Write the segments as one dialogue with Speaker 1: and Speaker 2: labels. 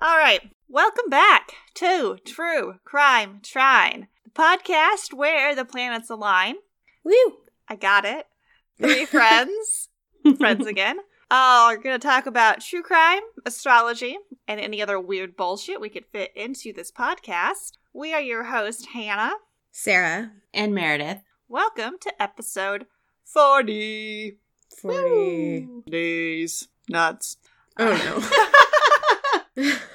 Speaker 1: All right. Welcome back to True Crime Shrine, the podcast where the planets align.
Speaker 2: Woo!
Speaker 1: I got it. Three friends, friends again, uh, are going to talk about true crime, astrology, and any other weird bullshit we could fit into this podcast. We are your host, Hannah.
Speaker 2: Sarah,
Speaker 3: and Meredith.
Speaker 1: Welcome to episode 40.
Speaker 2: 40.
Speaker 3: Woo!
Speaker 1: Days. Nuts.
Speaker 2: Oh no.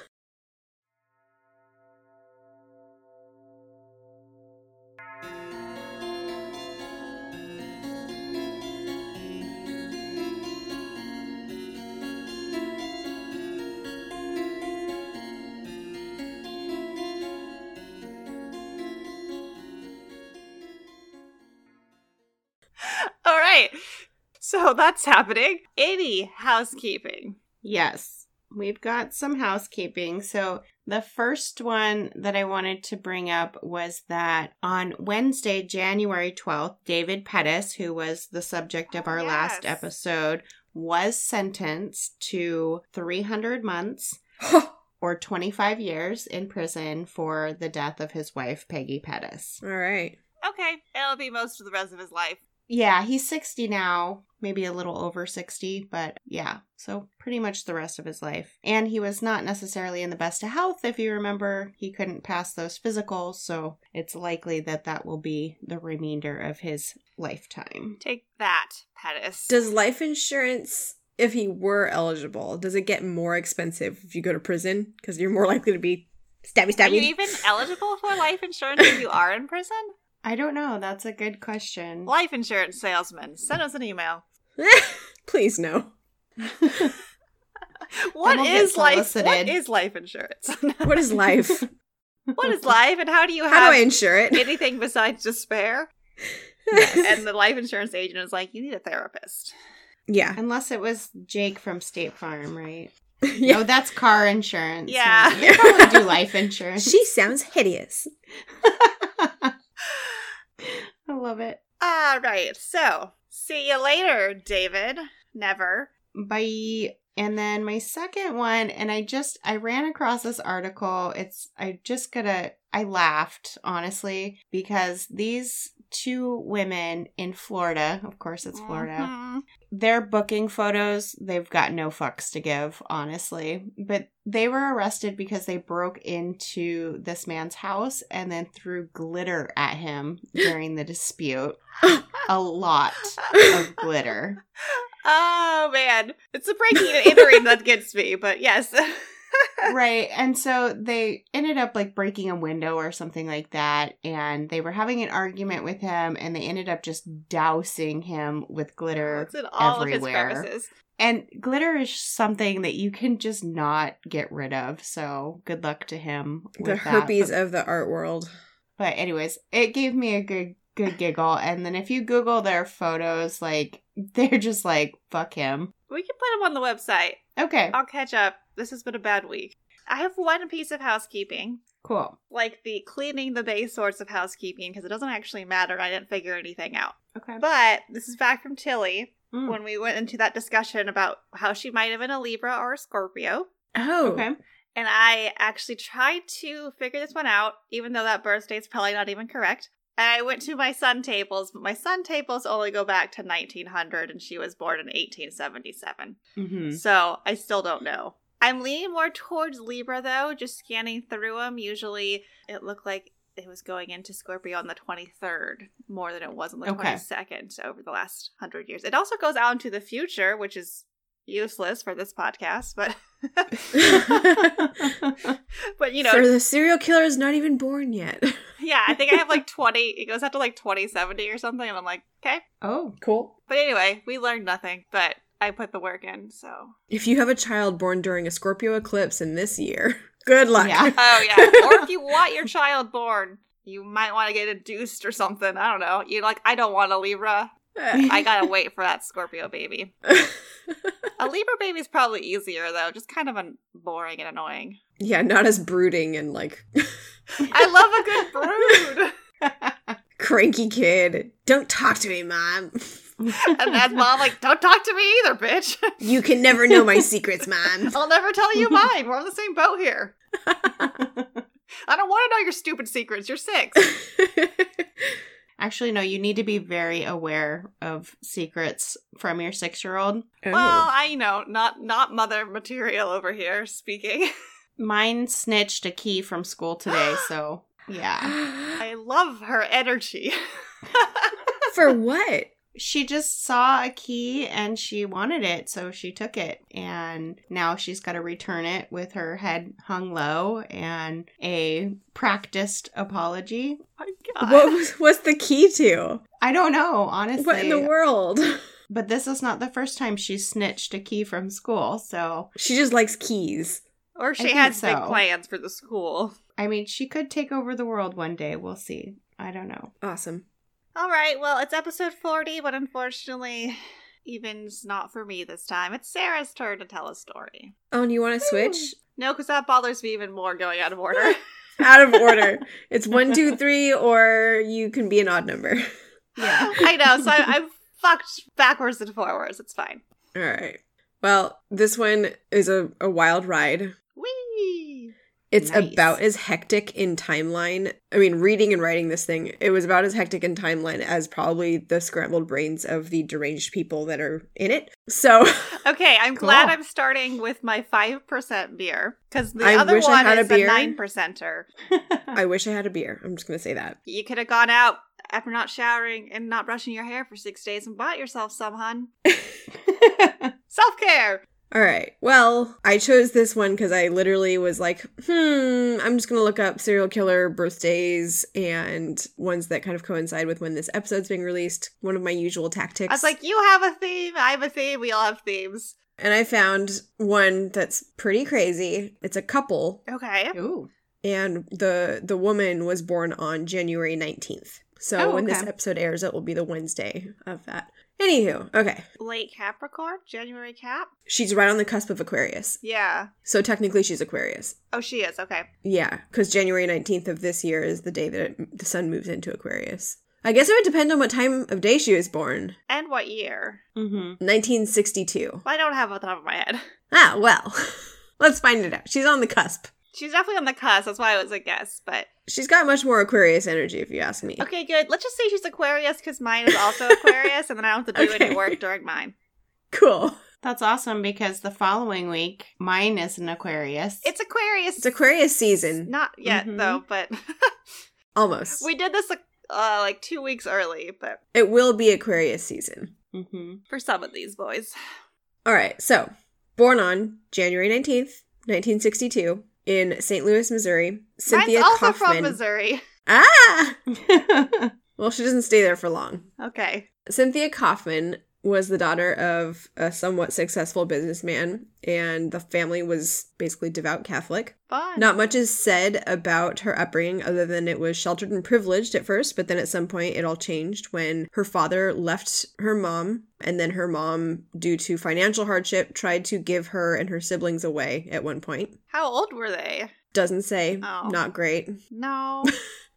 Speaker 1: All right. So that's happening. Amy, housekeeping.
Speaker 3: Yes, we've got some housekeeping. So, the first one that I wanted to bring up was that on Wednesday, January 12th, David Pettis, who was the subject of
Speaker 1: Oh,
Speaker 3: our last
Speaker 1: yes.
Speaker 3: episode, was sentenced to 300 months or 25 years in prison for the death of his wife, Peggy Pettis.
Speaker 2: All right.
Speaker 1: Okay. It'll be most of the rest of his life.
Speaker 3: Yeah, he's 60 now, maybe a little over 60, but yeah, so pretty much the rest of his life. And he was not necessarily in the best of health. If you remember, he couldn't pass those physicals, so it's likely that that will be the remainder of his lifetime.
Speaker 1: Take that, Pettis.
Speaker 2: Does life insurance, if he were eligible, does it get more expensive if you go to prison? Because you're more likely to be stabby
Speaker 1: are
Speaker 2: stabby.
Speaker 1: you even eligible for life insurance if you are in prison?
Speaker 3: I don't know. That's a good question.
Speaker 1: Life insurance salesman, send us an email.
Speaker 2: Please no.
Speaker 1: What
Speaker 3: Then we'll get
Speaker 1: is life? What
Speaker 3: solicited.
Speaker 1: is life insurance?
Speaker 2: What is life?
Speaker 1: what is life, and how do you
Speaker 2: How
Speaker 1: have
Speaker 2: do I insure it?
Speaker 1: anything besides despair? and the life insurance agent is like, "You need a therapist."
Speaker 2: yeah.
Speaker 3: Unless it was Jake from State Farm, right?
Speaker 2: yeah.
Speaker 3: Oh, that's car insurance.
Speaker 1: Yeah.
Speaker 3: Right. They probably do life insurance.
Speaker 2: She sounds hideous.
Speaker 3: I love it.
Speaker 1: All right, so see you later, David. Never.
Speaker 3: Bye. And then my second one, and I just I ran across this article. It's I just gotta I laughed, honestly, because these two women in Florida, of course it's Florida,
Speaker 1: Mhm.
Speaker 3: their booking photos, they've got no fucks to give, honestly. But they were arrested because they broke into this man's house and then threw glitter at him during the dispute.
Speaker 1: Mm-hmm.
Speaker 3: A lot of glitter.
Speaker 1: Oh man, it's the breaking and entering that gets me. But yes,
Speaker 3: right. And so they ended up like breaking a window or something like that. And they were having an argument with him and they ended up just dousing him with glitter.
Speaker 1: it's in all
Speaker 3: Everywhere.
Speaker 1: of his premises.
Speaker 3: And glitter is something that you can just not get rid of. So good luck to him. With
Speaker 2: The
Speaker 3: that.
Speaker 2: herpes
Speaker 3: But,
Speaker 2: of the art world.
Speaker 3: but anyways, it gave me a good good giggle. And then if you Google their photos, like they're just like, fuck him.
Speaker 1: We can put him on the website.
Speaker 3: Okay.
Speaker 2: Uh,
Speaker 1: I'll catch up. This has been a bad week. I have one piece of housekeeping,
Speaker 3: Cool.
Speaker 1: like the cleaning the bay sorts of housekeeping, because it doesn't actually matter. I didn't figure anything out.
Speaker 3: Okay.
Speaker 1: But this is back from Tilly
Speaker 3: Mm.
Speaker 1: when we went into that discussion about how she might have been a Libra or a Scorpio.
Speaker 2: Oh.
Speaker 3: Okay.
Speaker 1: And I actually tried to figure this one out, even though that birthday is probably not even correct. And I went to my sun tables, but my sun tables only go back to 1900, and she was born in 1877.
Speaker 3: Mm-hmm.
Speaker 2: Oh.
Speaker 1: So I still don't know. I'm leaning more towards Libra, though, just scanning through them. Usually it looked like it was going into Scorpio on the 23rd more than it was on the
Speaker 3: Okay.
Speaker 1: 22nd over the last 100 years. It also goes out into the future, which is useless for this podcast, but.
Speaker 3: Mm-hmm.
Speaker 1: but you know,
Speaker 2: For the serial killer is not even born yet.
Speaker 1: yeah, I think I have like 20, it goes out to like 2070 or something, and I'm like, okay.
Speaker 3: oh.
Speaker 2: Cool.
Speaker 1: But anyway, we learned nothing, but I put the work in, so.
Speaker 2: If you have a child born during a Scorpio eclipse in this year, good luck.
Speaker 3: Yeah.
Speaker 1: Oh, yeah. or if you want your child born, you might want to get induced or something. I don't know. You're like, I don't want a Libra. I gotta wait for that Scorpio baby. A Libra baby's probably easier, though, just kind of an- boring and annoying.
Speaker 2: yeah, not as brooding and like
Speaker 1: I love a good brood.
Speaker 2: cranky kid. Don't talk to me, mom.
Speaker 1: and Dad's mom like, don't talk to me either, bitch.
Speaker 2: You can never know my secrets, mom.
Speaker 1: I'll never tell you mine. We're on the same boat here. I don't want to know your stupid secrets. You're six.
Speaker 3: Actually, no, you need to be very aware of secrets from your six year old.
Speaker 1: Well, I you know not not mother material over here speaking.
Speaker 3: Mine snitched a key from school today, so yeah.
Speaker 2: uh,
Speaker 1: I love her energy.
Speaker 2: For what?
Speaker 3: She just saw a key and she wanted it, so she took it. And now she's got to return it with her head hung low and a practiced apology.
Speaker 1: My God.
Speaker 2: What was what's the key to?
Speaker 3: I don't know, honestly.
Speaker 2: What in the world?
Speaker 3: But this is not the first time she snitched a key from school, so
Speaker 2: She just likes keys.
Speaker 1: Or she
Speaker 3: think
Speaker 1: had big
Speaker 3: so.
Speaker 1: plans for the school.
Speaker 3: I mean, she could take over the world one day. We'll see. I don't know.
Speaker 2: Awesome.
Speaker 1: All right, well, it's episode 40, but unfortunately, even's not for me this time. It's Sarah's turn to tell a story.
Speaker 2: Oh, and you want to switch?
Speaker 1: No, because that bothers me even more going out of order.
Speaker 2: Out of order. It's one, two, three, or you can be an odd number.
Speaker 3: Yeah.
Speaker 1: I know, so I, I'm fucked backwards and forwards. It's fine.
Speaker 2: All right. Well, this one is a, a wild ride.
Speaker 1: Whee!
Speaker 2: It's
Speaker 3: Nice.
Speaker 2: about as hectic in timeline. I mean, reading and writing this thing, it was about as hectic in timeline as probably the scrambled brains of the deranged people that are in it. So
Speaker 1: Okay, I'm glad
Speaker 3: Cool.
Speaker 1: I'm starting with my 5% beer, because the
Speaker 2: I
Speaker 1: other
Speaker 2: wish I
Speaker 1: one
Speaker 2: had a
Speaker 1: is a,
Speaker 2: beer.
Speaker 1: 9%er.
Speaker 2: I wish I had a beer. I'm just going to say that.
Speaker 1: You could have gone out after not showering and not brushing your hair for six days and bought yourself some, hun. Self care!
Speaker 2: All right. Well, I chose this one because I literally was like, hmm, I'm just going to look up serial killer birthdays and ones that kind of coincide with when this episode's being released. One of my usual tactics.
Speaker 1: I was like, you have a theme, I have a theme, we all have themes.
Speaker 2: and I found one that's pretty crazy. It's a couple
Speaker 1: Okay.
Speaker 3: Ooh.
Speaker 2: and the the woman was born on January 19th. So
Speaker 3: Oh,
Speaker 2: when this
Speaker 3: okay.
Speaker 2: episode airs, it will be the Wednesday of that. Anywho, okay.
Speaker 1: Late Capricorn? January Cap?
Speaker 2: She's right on the cusp of Aquarius.
Speaker 1: Yeah.
Speaker 2: So technically she's Aquarius.
Speaker 1: Oh, she is. Okay.
Speaker 2: Yeah, cuz January 19th of this year is the day that it, the sun moves into Aquarius. I guess it would depend on what time of day she was born.
Speaker 1: And what year?
Speaker 3: Mm-hmm.
Speaker 2: 1962.
Speaker 1: I don't have it off the top of my head.
Speaker 2: Ah, well. Let's find it out. She's on the cusp.
Speaker 1: She's definitely on the cusp. That's why it was a guess. But
Speaker 2: She's got much more Aquarius energy if you ask me.
Speaker 1: okay, good. Let's just say she's Aquarius because mine is also Aquarius, and then I don't have to do
Speaker 2: Okay.
Speaker 1: any work during mine.
Speaker 2: Cool.
Speaker 3: That's awesome because the following week, mine is an Aquarius.
Speaker 1: It's Aquarius.
Speaker 2: It's Aquarius season. Mm-hmm.
Speaker 1: Not yet
Speaker 3: Mhm.
Speaker 1: though, but
Speaker 2: Almost.
Speaker 1: we did this like, uh, like two weeks early. But
Speaker 2: It will be Aquarius season.
Speaker 3: mm-hmm.
Speaker 1: for some of these boys,
Speaker 2: All right, so born on January 19th, 1962, in St. Louis, Missouri, Cynthia
Speaker 1: mine's also
Speaker 2: Kaufman.
Speaker 1: from Missouri.
Speaker 2: Ah! Well, she doesn't stay there for long.
Speaker 1: Okay.
Speaker 2: Cynthia Kaufman was the daughter of a somewhat successful businessman, and the family was basically devout Catholic.
Speaker 1: Fun.
Speaker 2: Not much is said about her upbringing other than it was sheltered and privileged at first, but then at some point it all changed when her father left her mom, and then her mom, due to financial hardship, tried to give her and her siblings away at one point.
Speaker 1: How old were they?
Speaker 2: Doesn't say,
Speaker 1: Oh.
Speaker 2: not great.
Speaker 1: No.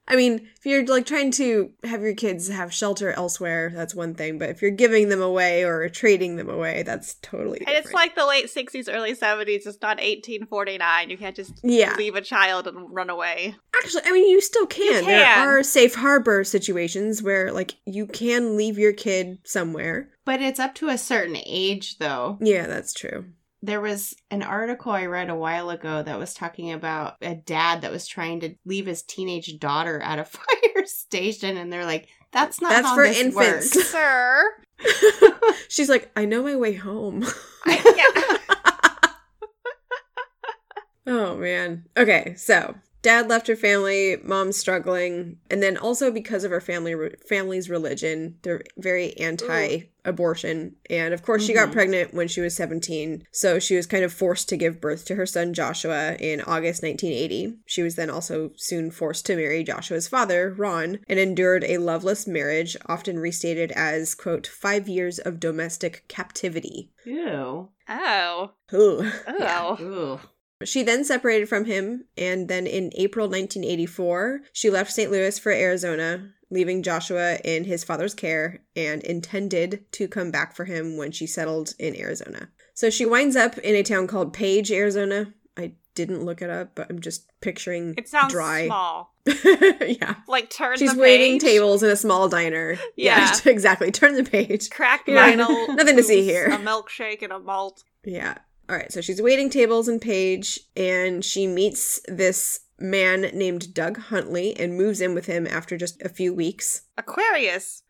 Speaker 2: I mean, if you're like trying to have your kids have shelter elsewhere, that's one thing, but if you're giving them away or trading them away, that's totally
Speaker 1: And
Speaker 2: different.
Speaker 1: it's like the late 60s, early 70s. It's not 1849. You can't just
Speaker 2: yeah,
Speaker 1: leave a child and run away.
Speaker 2: Actually, I mean, you still can.
Speaker 1: can.
Speaker 2: There are safe harbor situations where, like, you can leave your kid somewhere.
Speaker 3: but it's up to a certain age, though.
Speaker 2: Yeah, that's true.
Speaker 3: There was an article I read a while ago that was talking about a dad that was trying to leave his teenage daughter at a fire station, and they're like, "That's not
Speaker 2: That's
Speaker 3: how
Speaker 2: for
Speaker 3: this
Speaker 2: infants."
Speaker 3: works."
Speaker 1: Sir.
Speaker 2: She's like, I know my way home.
Speaker 1: I, yeah.
Speaker 2: oh, man. Okay, so dad left her family, mom's struggling, and then also because of her family family's religion, they're very anti-abortion. And of course, she got
Speaker 3: Mhm.
Speaker 2: pregnant when she was 17, so she was kind of forced to give birth to her son Joshua in August 1980. She was then also soon forced to marry Joshua's father, Ron, and endured a loveless marriage, often restated as quote 5 years of domestic captivity.
Speaker 1: oh.
Speaker 3: Ew.
Speaker 2: Ugh.
Speaker 1: Oh.
Speaker 2: Yeah.
Speaker 3: Ooh.
Speaker 2: She then separated from him, and then in April 1984, she left St. Louis for Arizona leaving Joshua in his father's care and intended to come back for him when she settled in Arizona. So she winds up in a town called Page, Arizona. I didn't look it up, but I'm just picturing
Speaker 1: It sounds
Speaker 2: dry.
Speaker 1: small.
Speaker 2: yeah.
Speaker 1: Like turn
Speaker 2: She's
Speaker 1: the
Speaker 2: waiting
Speaker 1: page.
Speaker 2: tables in a small diner.
Speaker 1: Yeah.
Speaker 2: exactly. Turn the page.
Speaker 1: Crack
Speaker 2: Yeah.
Speaker 1: vinyl.
Speaker 2: Nothing to see
Speaker 1: juice,
Speaker 2: here.
Speaker 1: A milkshake and a malt.
Speaker 2: Yeah. All right. So she's waiting tables in Page, and she meets this man named Doug Huntley and moves in with him after just a few weeks.
Speaker 1: Aquarius.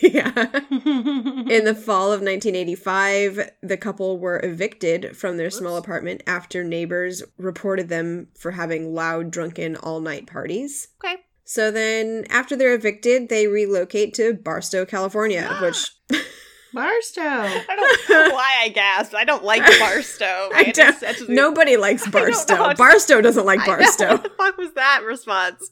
Speaker 2: yeah.
Speaker 3: and
Speaker 2: In the fall of 1985, the couple were evicted from their small
Speaker 1: Whoops.
Speaker 2: apartment after neighbors reported them for having loud, drunken, all night parties.
Speaker 1: Okay.
Speaker 2: So then, after they're evicted, they relocate to Barstow, California,
Speaker 1: Ah,
Speaker 2: which
Speaker 3: Barstow.
Speaker 1: I don't know why I gasped. I don't like Barstow.
Speaker 2: I
Speaker 1: man.
Speaker 2: don't-
Speaker 1: It's such a-
Speaker 2: nobody likes
Speaker 1: don't know how
Speaker 2: Barstow.
Speaker 1: to-
Speaker 2: Barstow doesn't like
Speaker 1: I know.
Speaker 2: Barstow
Speaker 1: What the fuck was that response?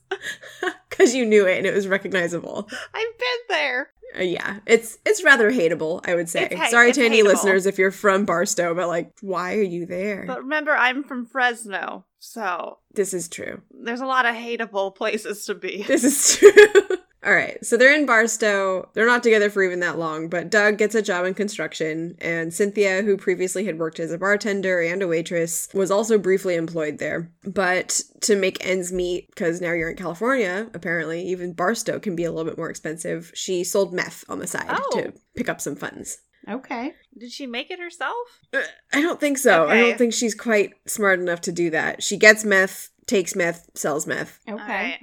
Speaker 2: because you knew it and it was recognizable.
Speaker 1: I've been there.
Speaker 2: Uh, yeah, it's it's rather hateable, I would say.
Speaker 1: It's hate-
Speaker 2: Sorry
Speaker 1: it's
Speaker 2: to any
Speaker 1: hateable.
Speaker 2: listeners if you're from Barstow, but like, why are you there?
Speaker 1: But remember, I'm from Fresno, so
Speaker 2: this is true.
Speaker 1: there's a lot of hateable places to be.
Speaker 2: This is true. All right, so they're in Barstow. They're not together for even that long, but Doug gets a job in construction, and Cynthia, who previously had worked as a bartender and a waitress, was also briefly employed there. But to make ends meet, because now you're in California, apparently, even Barstow can be a little bit more expensive, she sold meth on the side
Speaker 1: Oh.
Speaker 2: to pick up some funds.
Speaker 3: Okay.
Speaker 1: Did she make it herself?
Speaker 2: Uh, I don't think so. I
Speaker 1: Okay.
Speaker 2: don't think she's quite smart enough to do that. She gets meth, takes meth, sells meth.
Speaker 3: Okay.
Speaker 1: Alright.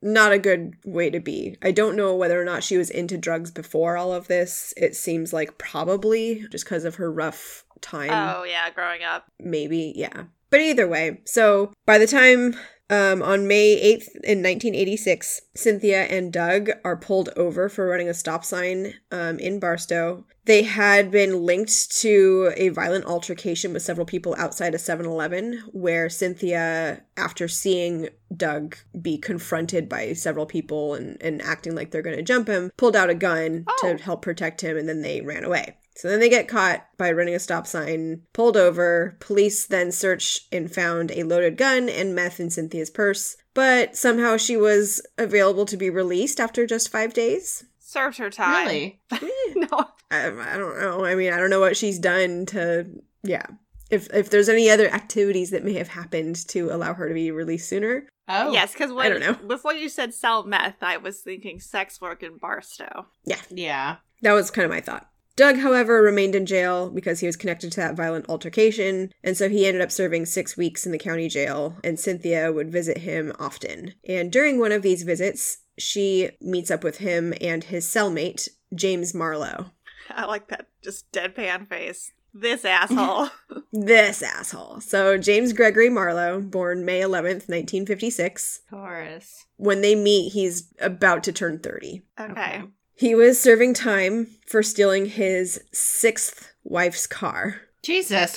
Speaker 2: not a good way to be. I don't know whether or not she was into drugs before all of this. It seems like probably just because of her rough time.
Speaker 1: oh yeah, growing up.
Speaker 2: Maybe, yeah. But either way, so by the time um, on May 8th in 1986, Cynthia and Doug are pulled over for running a stop sign um, in Barstow. They had been linked to a violent altercation with several people outside a 7 Eleven, where Cynthia, after seeing Doug be confronted by several people and, and acting like they're going to jump him, pulled out a gun
Speaker 1: Oh.
Speaker 2: to help protect him, and then they ran away. So then they get caught by running a stop sign, pulled over. Police then searched and found a loaded gun and meth in Cynthia's purse, but somehow she was available to be released after just five days.
Speaker 1: Served her time.
Speaker 3: Really?
Speaker 1: no.
Speaker 2: I, I don't know. I mean, I don't know what she's done to. Yeah. If, if there's any other activities that may have happened to allow her to be released sooner,
Speaker 3: Oh.
Speaker 1: Yes, because when
Speaker 2: don't know.
Speaker 1: before you said sell meth, I was thinking sex work in Barstow.
Speaker 3: Yeah.
Speaker 2: That was kind of my thought. Doug, however, remained in jail because he was connected to that violent altercation, and so he ended up serving six weeks in the county jail, and Cynthia would visit him often. And during one of these visits, she meets up with him and his cellmate, James Marlowe.
Speaker 1: I like that just deadpan face. This asshole.
Speaker 2: This asshole. So, James Gregory Marlowe, born May 11th, 1956.
Speaker 3: Taurus.
Speaker 2: When they meet, he's about to turn 30.
Speaker 1: Okay.
Speaker 2: He was serving time for stealing his sixth wife's car.
Speaker 3: Jesus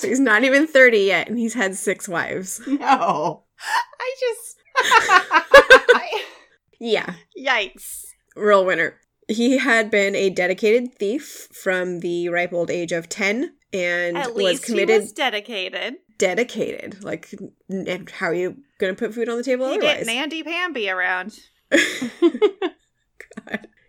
Speaker 2: So he's not even 30 yet, and he's had six wives.
Speaker 3: No.
Speaker 1: I just I-
Speaker 2: Yeah,
Speaker 1: yikes.
Speaker 2: real winner. He had been a dedicated thief from the ripe old age of 10 and
Speaker 1: At
Speaker 2: was
Speaker 1: least
Speaker 2: committed
Speaker 1: he was dedicated.
Speaker 2: dedicated. Like, n- and how are you going to put food on the table
Speaker 1: he
Speaker 2: otherwise?
Speaker 1: didn't Andy Pamby around.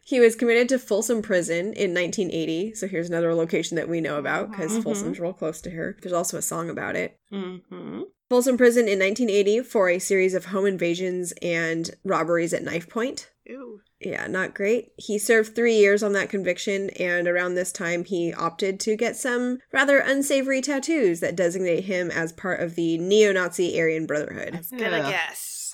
Speaker 2: He was committed to Folsom Prison in 1980. So here's another location that we know about because
Speaker 1: Mm-hmm.
Speaker 3: Mhm.
Speaker 2: Folsom's real close to her. There's also a song about it.
Speaker 3: mm-hmm.
Speaker 2: Folsom Prison in 1980 for a series of home invasions and robberies at knife point.
Speaker 1: Ooh.
Speaker 2: Yeah, not great. He served three years on that conviction, and around this time, he opted to get some rather unsavory tattoos that designate him as part of the neo Nazi Aryan
Speaker 1: I
Speaker 2: Brotherhood.
Speaker 1: was gonna
Speaker 3: Ugh.
Speaker 1: guess.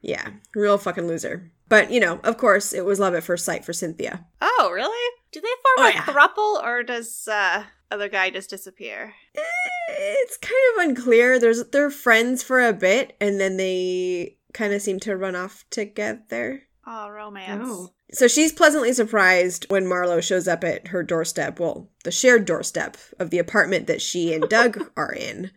Speaker 2: Yeah, real fucking loser. But, you know, of course, it was love at first sight for Cynthia.
Speaker 1: Oh, really? Do they
Speaker 2: Oh,
Speaker 1: form
Speaker 2: yeah.
Speaker 1: a throuple or does uh other guy just disappear?
Speaker 2: Eh, It's kind of unclear. There's They're friends for a bit, and then they kind of seem to run off together.
Speaker 1: Oh, romance.
Speaker 3: Oh.
Speaker 2: So she's pleasantly surprised when Marlowe shows up at her doorstep, well, the shared doorstep of the apartment that she and Doug are in.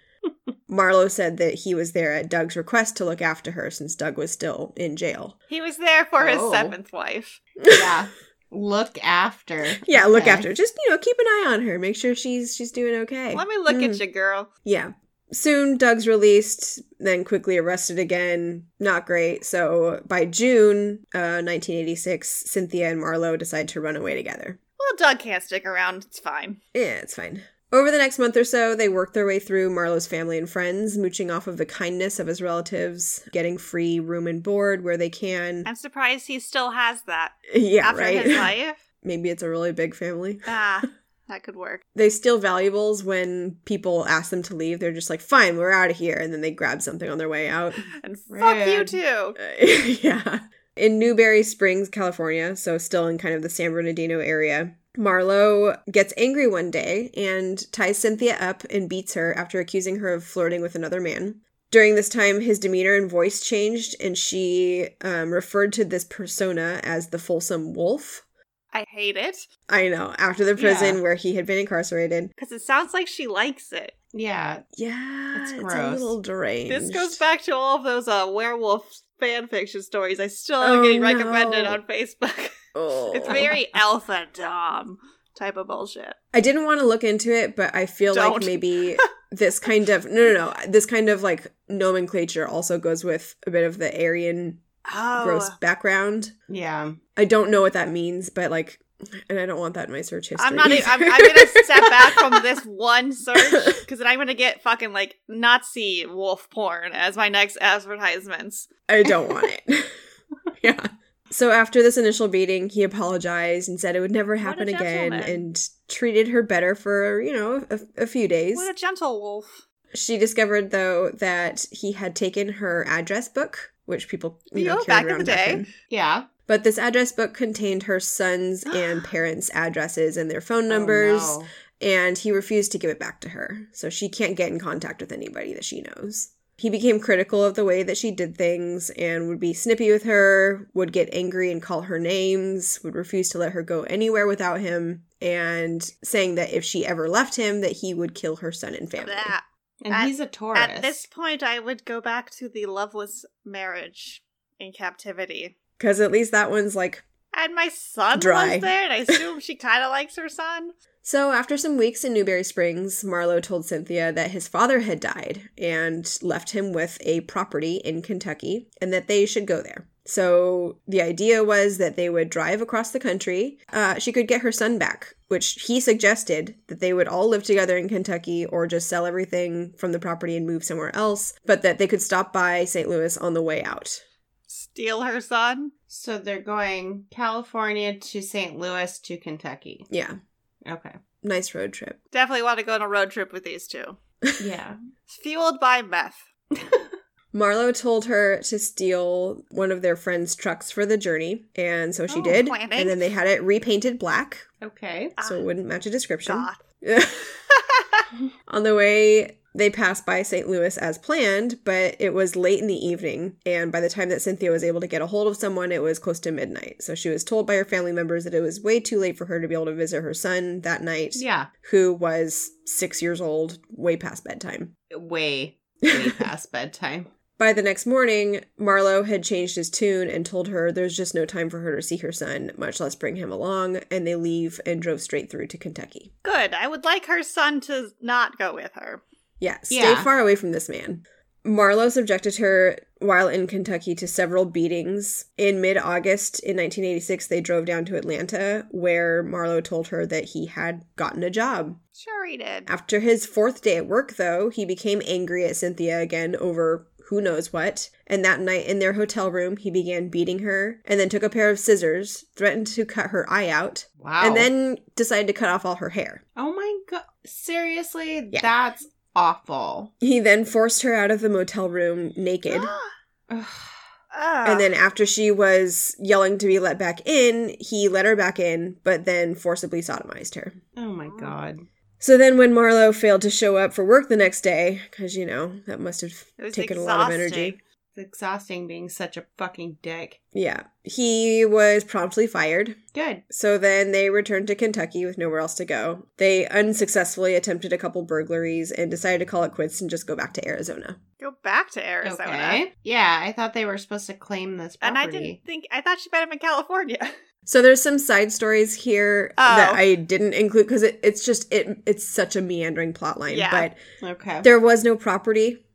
Speaker 2: Marlowe said that he was there at Doug's request to look after her since Doug was still in jail.
Speaker 1: He was there for his
Speaker 3: Oh.
Speaker 1: seventh wife.
Speaker 3: Yeah. Look after.
Speaker 2: Yeah, look
Speaker 3: Okay.
Speaker 2: after. Just, you know, keep an eye on her. Make sure she's she's doing okay.
Speaker 1: Let me look
Speaker 2: Mm.
Speaker 1: at you, girl.
Speaker 2: Yeah. Soon, Doug's released, then quickly arrested again. Not great. So by June uh, 1986, Cynthia and Marlowe decide to run away together.
Speaker 1: Well, Doug can't stick around. It's fine.
Speaker 2: Yeah, it's fine. Over the next month or so, they work their way through Marlowe's family and friends, mooching off of the kindness of his relatives, getting free room and board where they can.
Speaker 1: I'm surprised he still has that
Speaker 2: Yeah,
Speaker 1: after
Speaker 2: right.
Speaker 1: his life.
Speaker 2: Maybe it's a really big family.
Speaker 1: Ah, that could work.
Speaker 2: They steal valuables when people ask them to leave. They're just like, fine, we're out of here. And then they grab something on their way out.
Speaker 1: And fuck you
Speaker 3: Rude.
Speaker 1: too.
Speaker 2: Uh, yeah. In Newberry Springs, California, so still in kind of the San Bernardino area, Marlowe gets angry one day and ties Cynthia up and beats her after accusing her of flirting with another man. During this time, his demeanor and voice changed, and she um, referred to this persona as the Folsom Wolf.
Speaker 1: I hate it
Speaker 2: I know, after the prison where he had been incarcerated.
Speaker 1: because it sounds like she likes it.
Speaker 3: Yeah.
Speaker 2: Yeah,
Speaker 3: That's
Speaker 2: it's a
Speaker 3: gross.
Speaker 2: little deranged.
Speaker 1: This goes back to all of those uh, werewolf fan fiction stories I still
Speaker 2: Oh,
Speaker 1: am getting recommended
Speaker 2: no.
Speaker 1: on Facebook.
Speaker 2: Oh.
Speaker 1: it's very alpha dom type of bullshit.
Speaker 2: I didn't want to look into it, but I feel like
Speaker 1: Don't.
Speaker 2: maybe this kind of no, no, no, this kind of like nomenclature also goes with a bit of the Aryan
Speaker 1: Oh,
Speaker 2: gross background.
Speaker 3: Yeah.
Speaker 2: I don't know what that means, but like, and I don't want that in my search history.
Speaker 1: I'm not. Even, I'm,
Speaker 2: either.
Speaker 1: I'm gonna step back from this one search because then I'm gonna get fucking like Nazi wolf porn as my next advertisements.
Speaker 2: I don't want it. yeah. So after this initial beating, he apologized and said it would never
Speaker 1: a
Speaker 2: happen again,
Speaker 1: gentleman.
Speaker 2: and treated her better for you know a, a few days.
Speaker 1: What a gentle wolf!
Speaker 2: She discovered though that he had taken her address book, which people you know
Speaker 1: Oh,
Speaker 2: carried
Speaker 1: back in
Speaker 2: around
Speaker 1: the
Speaker 2: back
Speaker 1: day.
Speaker 2: then.
Speaker 3: Yeah.
Speaker 2: But this address book contained her son's and parents' addresses and their phone numbers,
Speaker 3: Oh, no.
Speaker 2: and he refused to give it back to her. So she can't get in contact with anybody that she knows. He became critical of the way that she did things and would be snippy with her, would get angry and call her names, would refuse to let her go anywhere without him, and saying that if she ever left him that he would kill her son and family.
Speaker 1: Blah.
Speaker 3: And
Speaker 1: At-
Speaker 3: he's a Taurus.
Speaker 1: At this point, I would go back to the loveless marriage in captivity.
Speaker 2: Cuz at least that one's like
Speaker 1: And my son
Speaker 2: Dry.
Speaker 1: was there, and I assume she kind of likes her son.
Speaker 2: So, after some weeks in Newberry Springs, Marlowe told Cynthia that his father had died and left him with a property in Kentucky and that they should go there. So, the idea was that they would drive across the country. Uh, she could get her son back, which he suggested that they would all live together in Kentucky or just sell everything from the property and move somewhere else, but that they could stop by St. Louis on the way out.
Speaker 1: Steal her son.
Speaker 3: so they're going California to St. Louis to Kentucky.
Speaker 2: Yeah,
Speaker 3: Okay.
Speaker 2: nice road trip.
Speaker 1: Definitely want to go on a road trip with these two.
Speaker 3: Yeah.
Speaker 1: Fueled by meth.
Speaker 2: Marlowe told her to steal one of their friend's trucks for the journey, and so she
Speaker 1: Oh,
Speaker 2: did.
Speaker 1: planning.
Speaker 2: And then they had it repainted black,
Speaker 3: okay.
Speaker 2: so
Speaker 1: Ah,
Speaker 2: it wouldn't match a description.
Speaker 1: Goth.
Speaker 2: On the way, they passed by St. Louis as planned, but it was late in the evening, and by the time that Cynthia was able to get a hold of someone, it was close to midnight. So she was told by her family members that it was way too late for her to be able to visit her son that night,
Speaker 3: Yeah.
Speaker 2: who was six years old, way past bedtime.
Speaker 3: Way, way past bedtime.
Speaker 2: By the next morning, Marlowe had changed his tune and told her there's just no time for her to see her son, much less bring him along, and they leave and drove straight through to Kentucky.
Speaker 1: Good. I would like her son to not go with her.
Speaker 2: Yeah, stay
Speaker 3: Yeah.
Speaker 2: far away from this man. Marlowe subjected her while in Kentucky to several beatings. In mid August in 1986, they drove down to Atlanta, where Marlowe told her that he had gotten a job.
Speaker 1: Sure, he did.
Speaker 2: After his fourth day at work, though, he became angry at Cynthia again over who knows what. And that night in their hotel room, he began beating her and then took a pair of scissors, threatened to cut her eye out,
Speaker 3: Wow.
Speaker 2: and then decided to cut off all her hair.
Speaker 3: Oh my god. Seriously?
Speaker 2: Yeah.
Speaker 3: That's awful.
Speaker 2: He then forced her out of the motel room naked.
Speaker 3: Ugh.
Speaker 1: Ah,
Speaker 2: And then, after she was yelling to be let back in, he let her back in, but then forcibly sodomized her.
Speaker 3: Oh my god.
Speaker 2: So then, when Marlowe failed to show up for work the next day, because, you know, that must have
Speaker 1: It was
Speaker 2: taken a lot of energy.
Speaker 1: exhausting.
Speaker 3: It's exhausting being such a fucking dick.
Speaker 2: Yeah. He was promptly fired.
Speaker 3: Good.
Speaker 2: So then they returned to Kentucky with nowhere else to go. They unsuccessfully attempted a couple burglaries and decided to call it quits and just go back to Arizona.
Speaker 1: Go back to Arizona.
Speaker 3: Okay. Yeah, I thought they were supposed to claim this
Speaker 1: And
Speaker 3: property.
Speaker 1: I didn't think I thought she met him in California.
Speaker 2: So there's some side stories here
Speaker 1: Oh.
Speaker 2: that I didn't include because it, it's just it it's such a meandering plot line.
Speaker 1: Yeah.
Speaker 2: But
Speaker 3: Okay.
Speaker 2: there was no property.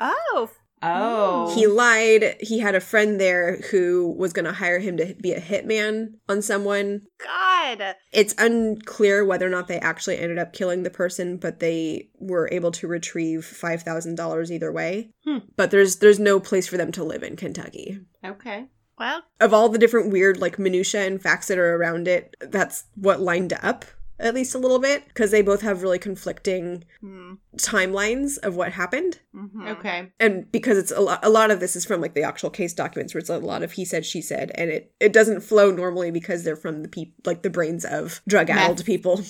Speaker 1: Oh,
Speaker 3: oh.
Speaker 2: He lied. He had a friend there who was going to hire him to be a hitman on someone.
Speaker 1: God.
Speaker 2: It's unclear whether or not they actually ended up killing the person, but they were able to retrieve five thousand dollars either way.
Speaker 3: Hmm.
Speaker 2: But there's there's no place for them to live in Kentucky.
Speaker 3: okay.
Speaker 1: Well,
Speaker 2: Of all the different weird like minutia and facts that are around it, that's what lined up at least a little bit because they both have really conflicting
Speaker 1: hmm.
Speaker 2: timelines of what happened.
Speaker 1: Mhm.
Speaker 3: Okay.
Speaker 2: And because it's a lot, a lot of this is from like the actual case documents, where it's a lot of he said, she said, and it it doesn't flow normally because they're from the peop like the brains of drug addled people.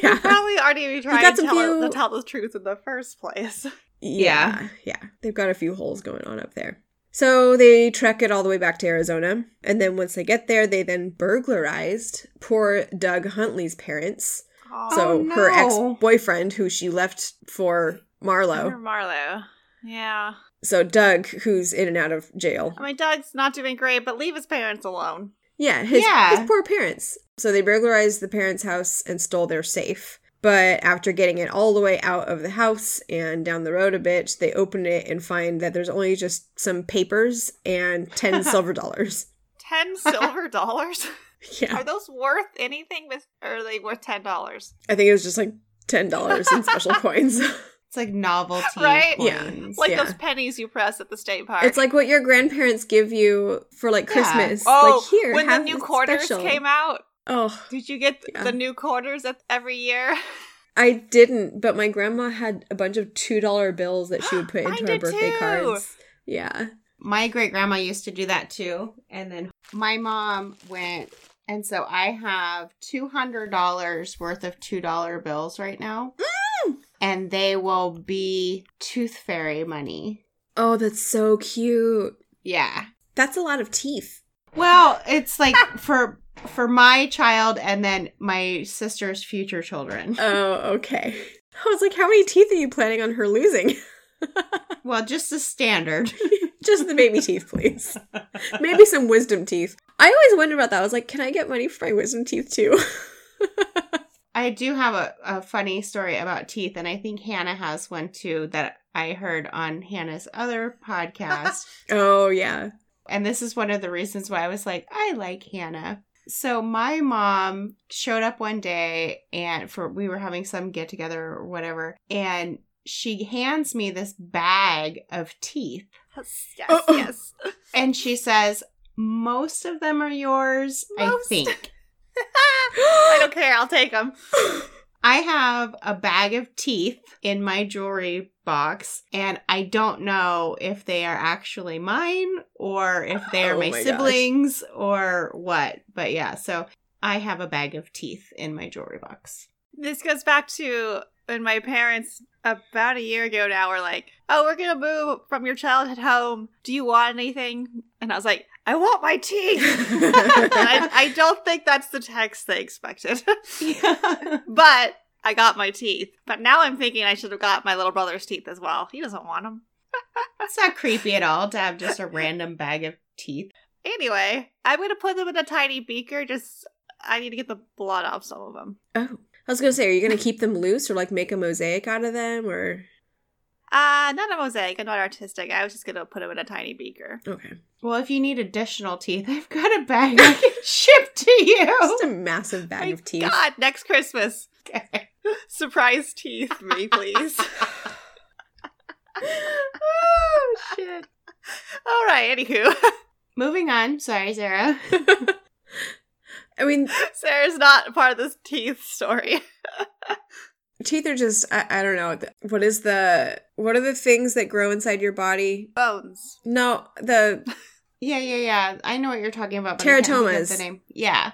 Speaker 2: yeah.
Speaker 1: Probably already
Speaker 2: got
Speaker 1: trying to
Speaker 2: some
Speaker 1: tell,
Speaker 2: few-
Speaker 1: to tell the truth in the first place.
Speaker 2: Yeah. Yeah. They've got a few holes going on up there. So they trek it all the way back to Arizona. And then once they get there, they then burglarized poor Doug Huntley's parents. so
Speaker 3: Oh,
Speaker 2: her ex
Speaker 3: no. Oh,
Speaker 2: boyfriend, who she left for
Speaker 1: Under
Speaker 2: Marlo.
Speaker 1: Marlowe. Yeah.
Speaker 2: So Doug, who's in and out of jail.
Speaker 1: I mean, Doug's not doing great, but leave his parents alone.
Speaker 2: Yeah. His,
Speaker 3: Yeah.
Speaker 2: his poor parents. So they burglarized the parents' house and stole their safe. But after getting it all the way out of the house and down the road a bit, they open it and find that there's only just some papers and 10 silver dollars.
Speaker 1: Ten silver dollars?
Speaker 2: Yeah.
Speaker 1: Are those worth anything? With or are they worth ten dollars?
Speaker 2: I think it was just like ten dollars in special coins.
Speaker 3: It's like novelty.
Speaker 1: Right?
Speaker 2: Yeah.
Speaker 3: coins.
Speaker 1: Like
Speaker 2: Yeah.
Speaker 1: those pennies you press at the state park.
Speaker 2: It's like what your grandparents give you for like
Speaker 3: Yeah.
Speaker 2: Christmas.
Speaker 1: oh,
Speaker 2: like here,
Speaker 1: when the
Speaker 2: have
Speaker 1: new
Speaker 2: this
Speaker 1: quarters
Speaker 2: special.
Speaker 1: came out,
Speaker 2: Oh,
Speaker 1: did you get th-
Speaker 2: Yeah.
Speaker 1: the new quarters at- every year?
Speaker 2: I didn't, but my grandma had a bunch of two dollar bills that she would put
Speaker 1: Mine
Speaker 2: into her
Speaker 1: did
Speaker 2: birthday
Speaker 1: too.
Speaker 2: cards. Yeah.
Speaker 3: my great grandma used to do that too. And then my mom went, and so I have $200 worth of $2 bills right now. Mm. And they will be tooth fairy money.
Speaker 2: Oh, that's so cute.
Speaker 3: Yeah.
Speaker 2: That's a lot of teeth.
Speaker 3: Well, it's like for for my child and then my sister's future children.
Speaker 2: Oh, okay. I was like, how many teeth are you planning on her losing?
Speaker 3: Well, just the standard.
Speaker 2: Just the baby teeth, please. Maybe some wisdom teeth. I always wondered about that. I was like, can I get money for my wisdom teeth too?
Speaker 3: I do have a, a funny story about teeth, and I think Hannah has one too that I heard on Hannah's other podcast.
Speaker 2: Oh yeah.
Speaker 3: And this is one of the reasons why I was like, I like Hannah. So my mom showed up one day and for we were having some get together or whatever and she hands me this bag of teeth
Speaker 1: Yes,
Speaker 2: Oh,
Speaker 1: yes,
Speaker 2: oh.
Speaker 1: yes.
Speaker 3: and she says, "Most of them are yours,
Speaker 1: Most.
Speaker 3: I think."
Speaker 1: I don't care. I'll take them.
Speaker 3: I have a bag of teeth in my jewelry box, and I don't know if they are actually mine or if they are
Speaker 2: Oh
Speaker 3: my,
Speaker 2: my gosh.
Speaker 3: siblings or what. But yeah, so I have a bag of teeth in my jewelry box.
Speaker 1: This goes back to when my parents about a year ago now were like, "Oh, we're gonna move from your childhood home. Do you want anything?" And I was like, "I want my teeth." and
Speaker 2: Oh.
Speaker 1: I, I don't think that's the text they expected, but I got my teeth. But now I'm thinking I should have got my little brother's teeth as well. He doesn't want them.
Speaker 3: That's not creepy at all to have just a random bag of teeth.
Speaker 1: Anyway, I'm gonna put them in a tiny beaker. Just I need to get the blood off some of them.
Speaker 2: Oh, I was gonna say, are you gonna keep them loose or like make a mosaic out of them or?
Speaker 1: Uh, not a mosaic. I'm not artistic. I was just gonna put them in a tiny beaker.
Speaker 2: Okay,
Speaker 3: Well, if you need additional teeth, I've got a bag I can ship to you.
Speaker 2: just a massive bag
Speaker 1: Oh My
Speaker 2: of teeth.
Speaker 1: God, next Christmas,
Speaker 3: Okay.
Speaker 1: surprise teeth, me please.
Speaker 3: Oh, shit.
Speaker 1: All right. Anywho,
Speaker 3: Moving on. Sorry, Sarah.
Speaker 2: I mean,
Speaker 1: Sarah's not part of this teeth story.
Speaker 2: teeth are just I, I don't know what is the what are the things that grow inside your body?
Speaker 1: Bones.
Speaker 2: No, the
Speaker 3: Yeah, yeah, yeah. I know what you're talking about. but I can't think of
Speaker 2: Teratomas.
Speaker 3: The name. Yeah.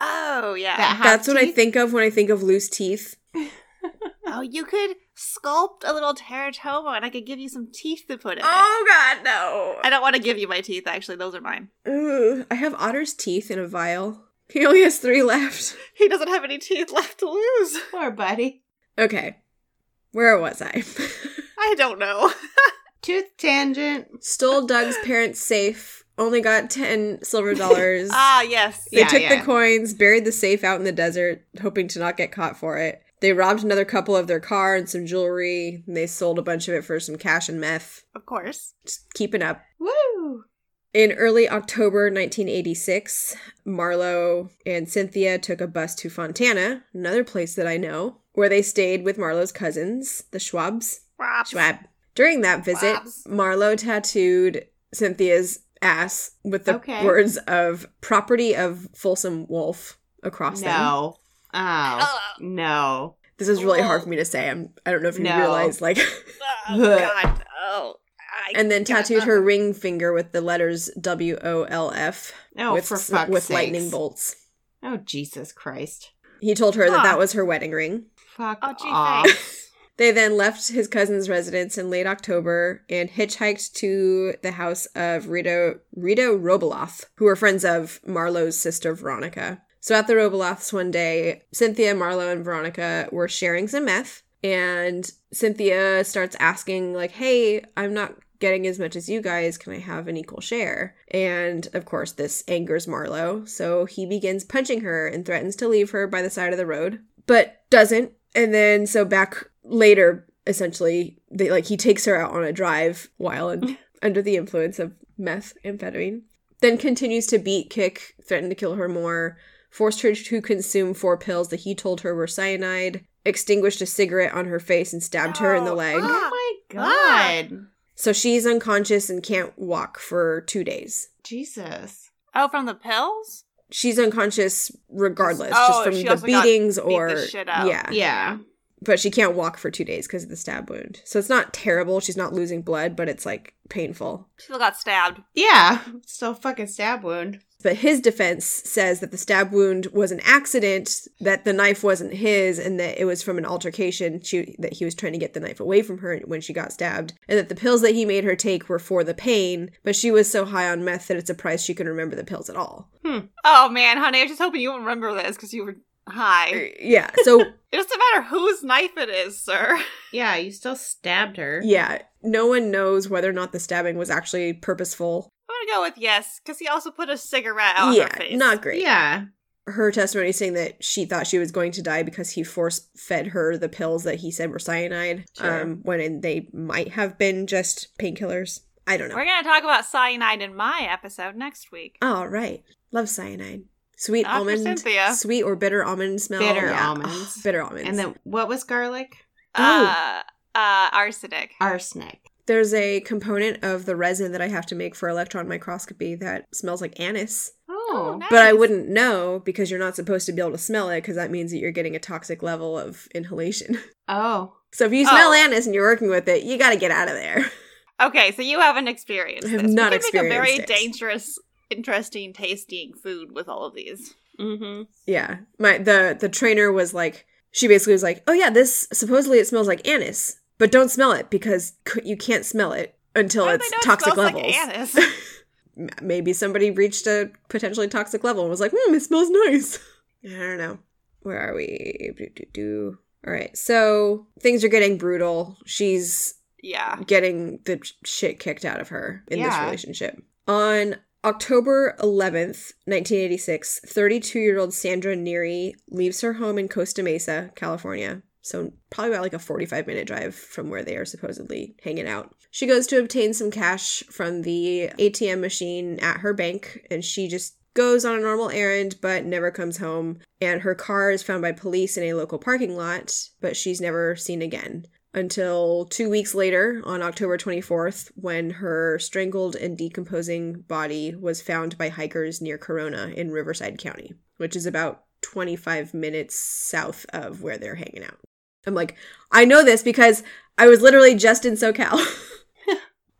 Speaker 1: Oh yeah.
Speaker 3: That have
Speaker 2: that's what I
Speaker 3: teeth.
Speaker 2: think of when I think of loose teeth.
Speaker 1: Oh, you could sculpt a little teratoma, and I could give you some teeth to put in.
Speaker 2: Oh.
Speaker 1: it.
Speaker 2: God, no!
Speaker 1: I don't want to give you my teeth. Actually, those are mine.
Speaker 2: Ooh, I have otter's teeth in a vial. He only has three left.
Speaker 1: He doesn't have any teeth left to lose.
Speaker 3: Poor buddy.
Speaker 2: Okay, where was I?
Speaker 1: I don't know.
Speaker 3: Tooth tangent.
Speaker 2: Stole Doug's parents' safe, only got 10 silver dollars.
Speaker 1: Ah, yes.
Speaker 2: They
Speaker 3: Yeah,
Speaker 2: took
Speaker 3: yeah.
Speaker 2: the coins, buried the safe out in the desert, hoping to not get caught for it. They robbed another couple of their car and some jewelry. and They sold a bunch of it for some cash and meth.
Speaker 1: Of course.
Speaker 2: Just keeping up.
Speaker 3: Woo!
Speaker 2: In early October 1986, Marlowe and Cynthia took a bus to Fontana, another place that I know, where they stayed with Marlowe's cousins, the Schwabs.
Speaker 1: Props.
Speaker 2: Schwab. During that visit,
Speaker 1: Schwabs.
Speaker 2: Marlowe tattooed Cynthia's ass with the
Speaker 3: Okay.
Speaker 2: words of property of Folsom Wolf across them.
Speaker 3: No. Oh.
Speaker 1: Ugh.
Speaker 3: No.
Speaker 2: This is really
Speaker 1: Wolf.
Speaker 2: hard for me to say. I'm, I don't know if you
Speaker 3: Oh. No.
Speaker 2: realize, like,
Speaker 1: Oh, God. Oh. I
Speaker 2: and then
Speaker 1: cannot-
Speaker 2: tattooed her ring finger with the letters W O L F
Speaker 3: Oh,
Speaker 2: with
Speaker 3: for
Speaker 2: s-
Speaker 3: fuck's
Speaker 2: with
Speaker 3: sakes.
Speaker 2: lightning bolts.
Speaker 3: Oh, Jesus Christ.
Speaker 2: He told her
Speaker 1: Huh.
Speaker 2: that that was her wedding ring.
Speaker 3: Fuck
Speaker 1: Oh, gee,
Speaker 3: off.
Speaker 1: thanks.
Speaker 2: They then left his cousin's residence in late October and hitchhiked to the house of Rito Rito Roboloth, who were friends of Marlowe's sister Veronica. So at the Roboloths one day, Cynthia, Marlowe, and Veronica were sharing some meth, and Cynthia starts asking, like, hey, I'm not getting as much as you guys. Can I have an equal share? And of course, this angers Marlowe, so he begins punching her and threatens to leave her by the side of the road, but doesn't. And then, so back later, essentially, they like he takes her out on a drive while in, under the influence of methamphetamine. Then continues to beat, kick, threaten to kill her more, forced her to consume four pills that he told her were cyanide, extinguished a cigarette on her face, and stabbed her in the
Speaker 1: Oh,
Speaker 2: leg.
Speaker 1: ah.
Speaker 3: oh my God.
Speaker 2: So she's unconscious and can't walk for two days.
Speaker 3: Jesus.
Speaker 1: Oh, from the pills?
Speaker 2: She's unconscious regardless,
Speaker 1: Oh,
Speaker 2: just from
Speaker 1: she
Speaker 2: the
Speaker 1: also got
Speaker 2: beatings
Speaker 1: the
Speaker 2: or
Speaker 1: shit out.
Speaker 2: yeah,
Speaker 3: Yeah.
Speaker 2: but she can't walk for two days because of the stab wound. So it's not terrible. She's not losing blood, but it's like painful.
Speaker 1: She still got stabbed.
Speaker 3: Yeah. Still fucking stab wound.
Speaker 2: But his defense says that the stab wound was an accident, that the knife wasn't his, and that it was from an altercation. She, that he was trying to get the knife away from her when she got stabbed, and that the pills that he made her take were for the pain. But she was so high on meth that it's a price she couldn't remember the pills at all.
Speaker 1: Oh, man, honey, I was just hoping you wouldn't remember this because you were high.
Speaker 2: Uh, Yeah. So
Speaker 1: It doesn't matter whose knife it is, sir.
Speaker 3: Yeah, you still stabbed her.
Speaker 2: yeah, no one knows whether or not the stabbing was actually purposeful.
Speaker 1: I'm gonna go with yes because he also put a cigarette out on her
Speaker 2: yeah,
Speaker 1: face.
Speaker 2: not great.
Speaker 3: Yeah.
Speaker 2: her testimony saying that she thought she was going to die because he force fed her the pills that he said were cyanide,
Speaker 3: Sure.
Speaker 2: um, when in- they might have been just painkillers. I don't know.
Speaker 1: We're gonna talk about cyanide in my episode next week.
Speaker 2: All right, love cyanide, sweet
Speaker 1: Not for
Speaker 2: almond,
Speaker 1: Cynthia.
Speaker 2: sweet or bitter almond smell.
Speaker 3: Bitter
Speaker 2: Yeah.
Speaker 3: almonds.
Speaker 2: Ugh, bitter almonds.
Speaker 3: And then what was garlic?
Speaker 2: oh.
Speaker 1: Uh, uh, arsenic.
Speaker 3: Arsenic.
Speaker 2: there's a component of the resin that I have to make for electron microscopy that smells like anise,
Speaker 1: Oh, nice.
Speaker 2: but I wouldn't know because you're not supposed to be able to smell it because that means that you're getting a toxic level of inhalation.
Speaker 3: Oh.
Speaker 2: So if you smell
Speaker 1: Oh.
Speaker 2: anise and you're working with it, you got to get out of there.
Speaker 1: Okay, so you haven't experienced.
Speaker 2: I have
Speaker 1: this.
Speaker 2: not
Speaker 1: we can make a very
Speaker 2: experienced it.
Speaker 1: dangerous, interesting tasting food with all of these.
Speaker 3: Mm-hmm.
Speaker 2: Yeah. My the the trainer was like she basically was like, "Oh yeah, this supposedly it smells like anise, but don't smell it because c- you can't smell it until
Speaker 1: How do
Speaker 2: it's
Speaker 1: they know Oh it
Speaker 2: toxic
Speaker 1: smells like
Speaker 2: levels."
Speaker 1: anise?
Speaker 2: M- Maybe somebody reached a potentially toxic level and was like, "Hmm, it smells nice." I don't know. Where are we? Do, do, do. All right. So, things are getting brutal. She's
Speaker 1: yeah.
Speaker 2: getting the sh- shit kicked out of her in this
Speaker 3: Yeah.
Speaker 2: relationship. On October 11th, 1986, 32 year old Sandra Neary leaves her home in Costa Mesa, California. So, probably about like a 45 minute drive from where they are supposedly hanging out. She goes to obtain some cash from the ATM machine at her bank, and she just goes on a normal errand but never comes home. And her car is found by police in a local parking lot, but she's never seen again until two weeks later on October 24th when her strangled and decomposing body was found by hikers near Corona in Riverside County, which is about 25 minutes south of where they're hanging out. I'm like, I know this because I was literally just in SoCal.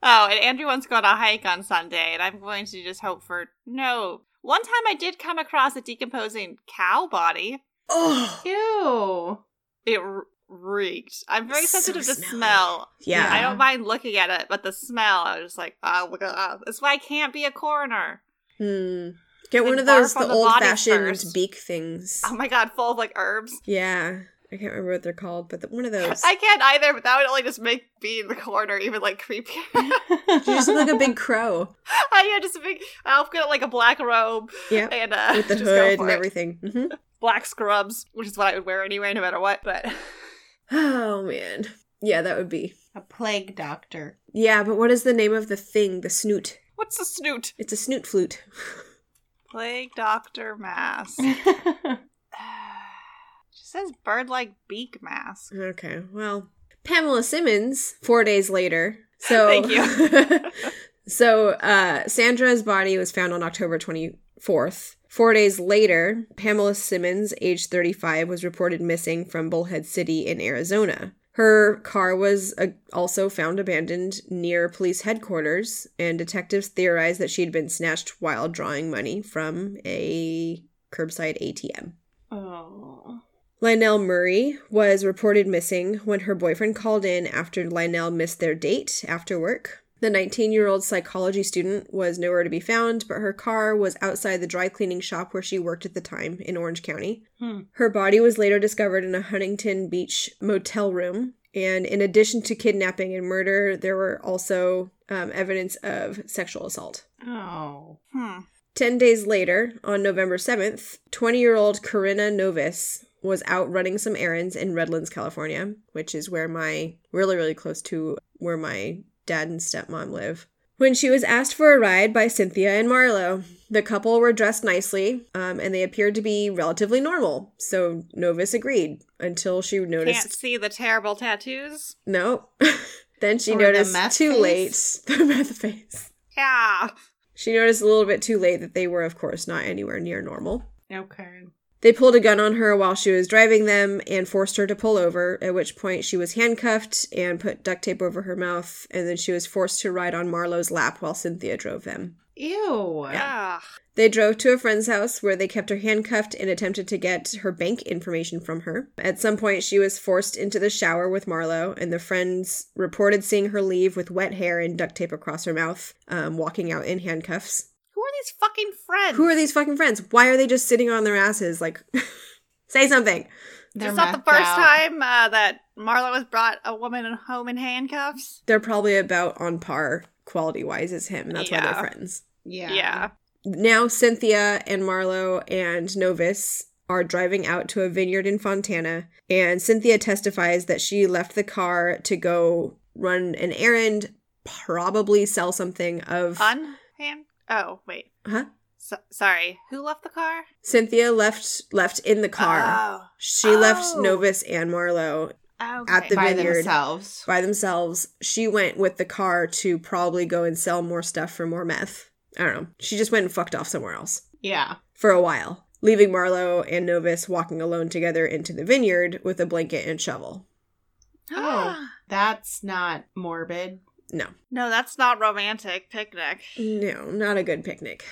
Speaker 1: Oh, and Andrew wants to go on a hike on Sunday, and I'm going to just hope for no. One time I did come across a decomposing cow body.
Speaker 2: oh,
Speaker 3: Ew.
Speaker 1: It r- reeked. I'm very
Speaker 2: So
Speaker 1: sensitive to
Speaker 2: smelly.
Speaker 1: smell.
Speaker 2: yeah.
Speaker 1: I don't mind looking at it, but the smell, I was just like, oh, look at that. That's why I can't be a coroner.
Speaker 2: Hmm. Get
Speaker 1: Then
Speaker 2: one of those
Speaker 1: barf on
Speaker 2: the
Speaker 1: the body
Speaker 2: old fashioned
Speaker 1: first. Um,
Speaker 2: beak things.
Speaker 1: Oh my god, full of like herbs.
Speaker 2: Yeah. I can't remember what they're called, but the, one of those.
Speaker 1: I can't either, but that would only just make being in the corner even like creepier.
Speaker 2: She just looked like a big crow
Speaker 1: I yeah, just a big outfit, like a black robe.
Speaker 2: Yep.
Speaker 1: And uh,
Speaker 2: with the
Speaker 1: just go
Speaker 2: hood
Speaker 1: for
Speaker 2: and
Speaker 1: it.
Speaker 2: everything. hmm
Speaker 1: Black scrubs, which is what I would wear anyway, no matter what. But
Speaker 2: Oh man, yeah, that would be.
Speaker 3: A plague doctor.
Speaker 2: Yeah, but what is the name of the thing? The snoot.
Speaker 1: what's the snoot?
Speaker 2: It's a snoot flute.
Speaker 1: Plague doctor mask. she says bird like beak mask.
Speaker 2: Okay, well, Pamela Simmons. Four days later. So
Speaker 1: Thank you.
Speaker 2: so uh, Sandra's body was found on October twenty fourth. Four days later, Pamela Simmons, age 35, was reported missing from Bullhead City in Arizona. Her car was uh, also found abandoned near police headquarters, and detectives theorized that she'd been snatched while drawing money from a curbside ATM.
Speaker 3: oh.
Speaker 2: Lynell Murray was reported missing when her boyfriend called in after Lynell missed their date after work. The 19 year old psychology student was nowhere to be found, but her car was outside the dry cleaning shop where she worked at the time in Orange County.
Speaker 3: Hmm.
Speaker 2: Her body was later discovered in a Huntington Beach motel room. And in addition to kidnapping and murder, there were also um, evidence of sexual assault.
Speaker 3: Oh.
Speaker 1: Hmm.
Speaker 2: 10 days later, on November 7th, 20 year old Corinna Novis was out running some errands in Redlands, California, which is where my really, really close to where my dad and stepmom live. When she was asked for a ride by Cynthia and Marlo, the couple were dressed nicely um, and they appeared to be relatively normal. So Novis agreed until she noticed.
Speaker 1: Can't see the terrible tattoos.
Speaker 2: No. then she
Speaker 3: Or the
Speaker 2: noticed
Speaker 3: meth
Speaker 2: too
Speaker 3: face?
Speaker 2: late the meth face.
Speaker 1: Yeah.
Speaker 2: She noticed a little bit too late that they were, of course, not anywhere near normal.
Speaker 3: Okay.
Speaker 2: They pulled a gun on her while she was driving them and forced her to pull over, at which point she was handcuffed and put duct tape over her mouth, and then she was forced to ride on Marlowe's lap while Cynthia drove them.
Speaker 3: Ew.
Speaker 1: Yeah.
Speaker 2: They drove to a friend's house where they kept her handcuffed and attempted to get her bank information from her. At some point, she was forced into the shower with Marlowe, and the friends reported seeing her leave with wet hair and duct tape across her mouth, um, walking out in handcuffs.
Speaker 1: Who are these fucking friends?
Speaker 2: Who are these fucking friends? Why are they just sitting on their asses? Like, say something.
Speaker 3: They're
Speaker 1: It's not the
Speaker 3: methed
Speaker 1: first
Speaker 3: out.
Speaker 1: time uh, that Marlo has brought a woman home in handcuffs.
Speaker 2: they're probably about on par quality wise as him. and That's why
Speaker 1: Yeah.
Speaker 2: they're friends.
Speaker 3: Yeah.
Speaker 1: Yeah.
Speaker 2: Now Cynthia and Marlo and Novis are driving out to a vineyard in Fontana, and Cynthia testifies that she left the car to go run an errand, probably sell something of
Speaker 1: Unhand. Oh wait.
Speaker 2: Huh?
Speaker 1: So- sorry. Who left the car?
Speaker 2: Cynthia left left in the car. she left
Speaker 1: Uh, Oh.
Speaker 2: Novis and Marlo
Speaker 1: Oh. Okay.
Speaker 2: At the
Speaker 3: By
Speaker 2: vineyard.
Speaker 3: themselves.
Speaker 2: by themselves. She went with the car to probably go and sell more stuff for more meth. I don't know. She just went and fucked off somewhere else.
Speaker 3: Yeah.
Speaker 2: for a while, leaving Marlowe and Novus walking alone together into the vineyard with a blanket and shovel.
Speaker 3: Oh. That's not morbid.
Speaker 1: No, that's not romantic picnic.
Speaker 2: No, not a good picnic.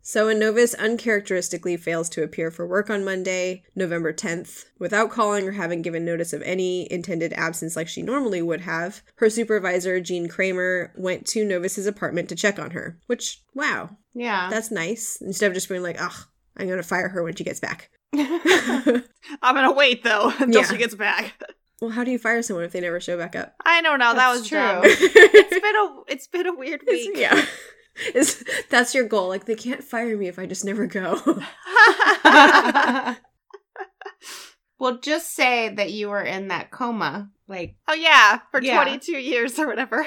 Speaker 2: So, when Novus uncharacteristically fails to appear for work on Monday, November 10th, without calling or having given notice of any intended absence like she normally would have, her supervisor, Jean Kramer, went to Novus's apartment to check on her, which, wow,
Speaker 3: Yeah.
Speaker 2: that's nice. Instead of just being like, ugh, I'm going to fire her when she gets back.
Speaker 1: I'm gonna wait though until
Speaker 2: Yeah.
Speaker 1: she gets back.
Speaker 2: well, how do you fire someone if they never show back up?
Speaker 1: I don't know. that
Speaker 3: That's
Speaker 1: was
Speaker 3: true.
Speaker 1: dumb. Oh, It's been a it's been a weird
Speaker 2: It's-
Speaker 1: week.
Speaker 2: yeah. It's, that's your goal. Like, they can't fire me if I just never go.
Speaker 3: well, just say that you were in that coma. Like,
Speaker 1: oh yeah, for
Speaker 3: Yeah.
Speaker 1: 22 years or whatever.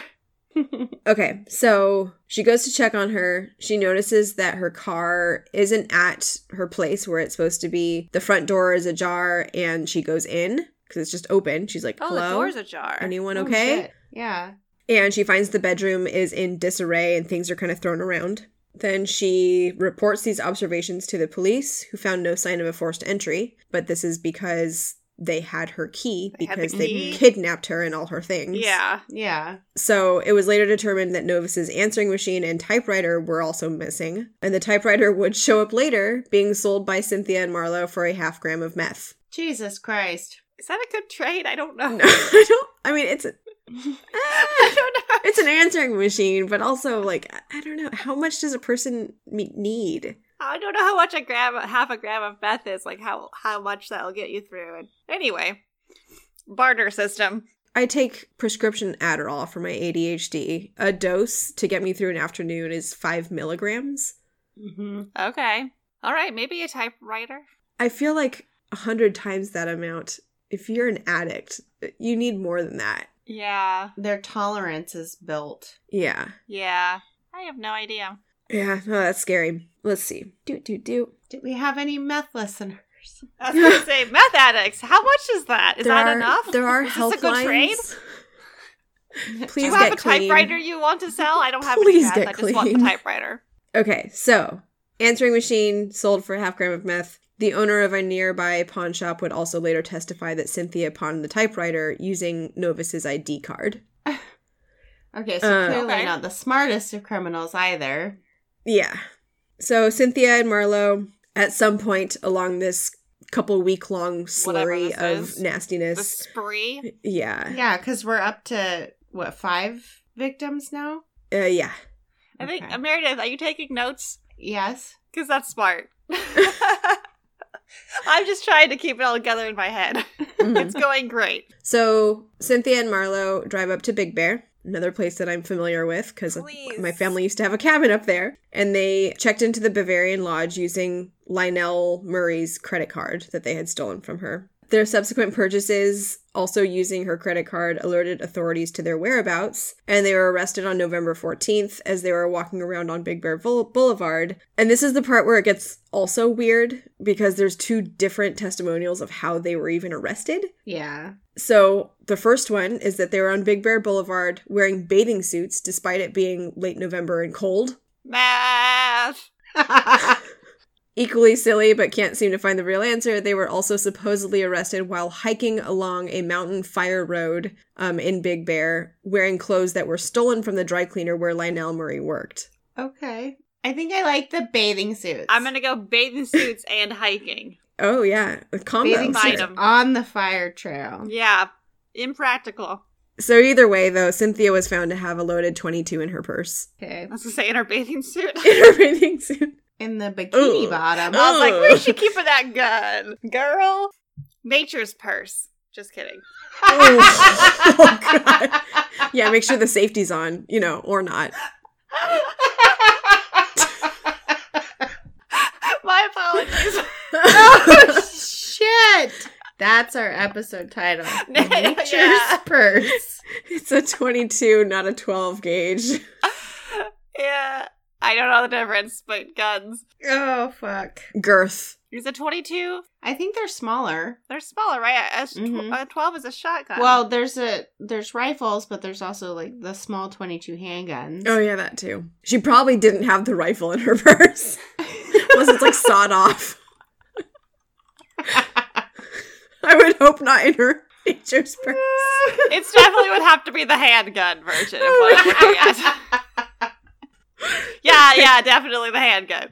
Speaker 2: okay, so she goes to check on her. She notices that her car isn't at her place where it's supposed to be. The front door is ajar, and she goes in because it's just open. She's like,
Speaker 1: Oh,
Speaker 2: hello?
Speaker 1: the door's ajar.
Speaker 2: Anyone
Speaker 3: oh,
Speaker 2: okay?
Speaker 3: shit. Yeah.
Speaker 2: and she finds the bedroom is in disarray and things are kind of thrown around. Then she reports these observations to the police, who found no sign of a forced entry, but this is because they had her key
Speaker 1: They had the
Speaker 2: because
Speaker 1: key.
Speaker 2: they kidnapped her and all her things.
Speaker 1: yeah.
Speaker 3: Yeah.
Speaker 2: So it was later determined that Novus's answering machine and typewriter were also missing, and the typewriter would show up later, being sold by Cynthia and Marlowe for a half gram of meth.
Speaker 3: Jesus Christ.
Speaker 1: Is that a good trade? I don't know.
Speaker 2: No, I don't. I mean, it's a,
Speaker 1: I don't know.
Speaker 2: it's an answering machine, but also like I- I don't know how much does a person me- need.
Speaker 1: I don't know how much a gram, half a gram of meth is, like how how much that'll get you through. And anyway, barter system.
Speaker 2: I take prescription Adderall for my ADHD. A dose to get me through an afternoon is five milligrams.
Speaker 3: Mm-hmm.
Speaker 1: Okay. All right. Maybe a typewriter.
Speaker 2: I feel like a hundred times that amount. If you're an addict, you need more than that.
Speaker 1: Yeah.
Speaker 3: Their tolerance is built.
Speaker 2: Yeah.
Speaker 1: Yeah. I have no idea.
Speaker 2: Yeah, no, that's scary. Let's see. Do do do.
Speaker 3: Do we have any meth listeners?
Speaker 1: I was gonna say meth addicts. How much is that? Is
Speaker 2: There
Speaker 1: that
Speaker 2: are-
Speaker 1: enough?
Speaker 2: There are
Speaker 1: Is this a
Speaker 2: helplines.
Speaker 1: good trade?
Speaker 2: Please
Speaker 1: Do you have
Speaker 2: get
Speaker 1: a
Speaker 2: clean.
Speaker 1: typewriter you want to sell? I don't have
Speaker 2: Please
Speaker 1: any
Speaker 2: get
Speaker 1: meth. I just want the
Speaker 2: clean.
Speaker 1: typewriter.
Speaker 2: Okay, so answering machine sold for a half gram of meth. The owner of a nearby pawn shop would also later testify that Cynthia pawned the typewriter using Novus's ID card.
Speaker 3: Okay, so
Speaker 2: Uh,
Speaker 3: clearly
Speaker 1: Okay.
Speaker 3: not the smartest of criminals either.
Speaker 2: Yeah. So Cynthia and Marlowe, at some point along this couple week long slurry
Speaker 1: Whatever this
Speaker 2: of
Speaker 1: is. The
Speaker 2: nastiness,
Speaker 1: spree.
Speaker 2: yeah,
Speaker 3: Yeah, because we're up to what five victims now.
Speaker 2: uh, yeah,
Speaker 1: I think
Speaker 3: Okay.
Speaker 1: uh, Meredith, are you taking notes?
Speaker 3: Yes.
Speaker 1: Because that's smart. I'm just trying to keep it all together in my head.
Speaker 2: Mhm.
Speaker 1: It's going great.
Speaker 2: So Cynthia and Marlo drive up to Big Bear, another place that I'm familiar with because
Speaker 1: Please.
Speaker 2: my family used to have a cabin up there. And they checked into the Bavarian Lodge using Lionel Murray's credit card that they had stolen from her. Their subsequent purchases, also using her credit card, alerted authorities to their whereabouts, and they were arrested on November 14th as they were walking around on Big Bear Boul- Boulevard. And this is the part where it gets also weird because there's two different testimonials of how they were even arrested.
Speaker 3: Yeah.
Speaker 2: So the first one is that they were on Big Bear Boulevard wearing bathing suits despite it being late November and cold.
Speaker 1: Math.
Speaker 2: Equally silly, but can't seem to find the real answer. They were also supposedly arrested while hiking along a mountain fire road um, in Big Bear, wearing clothes that were stolen from the dry cleaner where Lionel Murray worked.
Speaker 3: okay. I think I like the bathing suits.
Speaker 1: I'm gonna go bathing suits and hiking.
Speaker 2: Oh yeah, a combo.
Speaker 3: bathing
Speaker 1: Combine
Speaker 3: suits
Speaker 1: 'em.
Speaker 3: on the fire trail.
Speaker 1: Yeah, impractical.
Speaker 2: So either way, though, Cynthia was found to have a loaded 22 in her purse.
Speaker 3: Okay.
Speaker 1: I was gonna say in her bathing suit.
Speaker 2: In her bathing suit.
Speaker 3: In the bikini
Speaker 2: Ooh.
Speaker 3: bottom.
Speaker 1: I was like,
Speaker 2: Ugh.
Speaker 1: where's she keeping that gun, girl? Nature's purse. Just kidding.
Speaker 2: Oh. Oh, God. Yeah, make sure the safety's on, you know, or not.
Speaker 1: My apologies.
Speaker 3: oh shit! That's our episode title. Nature's
Speaker 1: Yeah.
Speaker 3: purse.
Speaker 2: It's a 22, not a 12 gauge.
Speaker 1: yeah, I don't know the difference, but guns.
Speaker 3: Oh fuck!
Speaker 2: Girth.
Speaker 1: Is a 22?
Speaker 3: I think they're smaller.
Speaker 1: They're smaller, right? A, a tw-
Speaker 3: Mhm.
Speaker 1: a 12 is a shotgun.
Speaker 3: Well, there's a there's rifles, but there's also like the small 22 handguns.
Speaker 2: Oh, yeah, that too. She probably didn't have the rifle in her purse. Unless it's like sawed off. I would hope not in her nature's purse.
Speaker 1: it's definitely would have to be the handgun version of what I'm looking at. Yeah, yeah, definitely the handgun.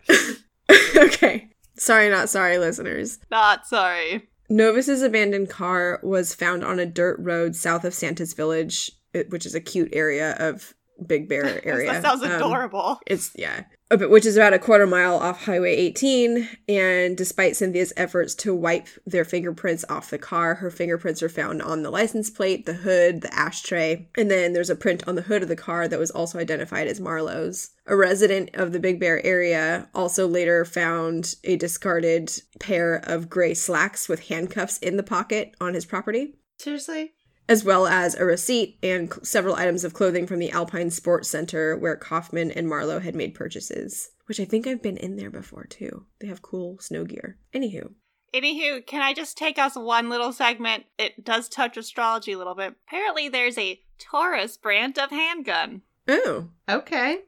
Speaker 2: okay. Sorry, not sorry, listeners.
Speaker 1: Not sorry.
Speaker 2: Novus's abandoned car was found on a dirt road south of Santa's Village, it- which is a cute area of Big Bear area.
Speaker 1: That sounds
Speaker 2: Um,
Speaker 1: adorable.
Speaker 2: It's yeah, Uh, but- which is about a quarter mile off Highway 18. And despite Cynthia's efforts to wipe their fingerprints off the car, her fingerprints are found on the license plate, the hood, the ashtray, and then there's a print on the hood of the car that was also identified as Marlowe's. A resident of the Big Bear area also later found a discarded pair of gray slacks with handcuffs in the pocket on his property
Speaker 3: Seriously?
Speaker 2: as well as a receipt and c- several items of clothing from the Alpine Sports Center where Kaufman and Marlowe had made purchases, which I think I've been in there before too. They have cool snow gear. Anywho,
Speaker 1: Anywho, can I just take us one little segment? It does touch astrology a little bit. Apparently, there's a Taurus brand of handgun.
Speaker 2: oh,
Speaker 3: Okay.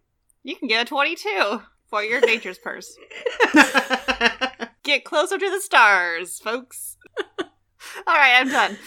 Speaker 1: You can get a 22 for your nature's purse. Get closer to the stars, folks. All right, I'm done.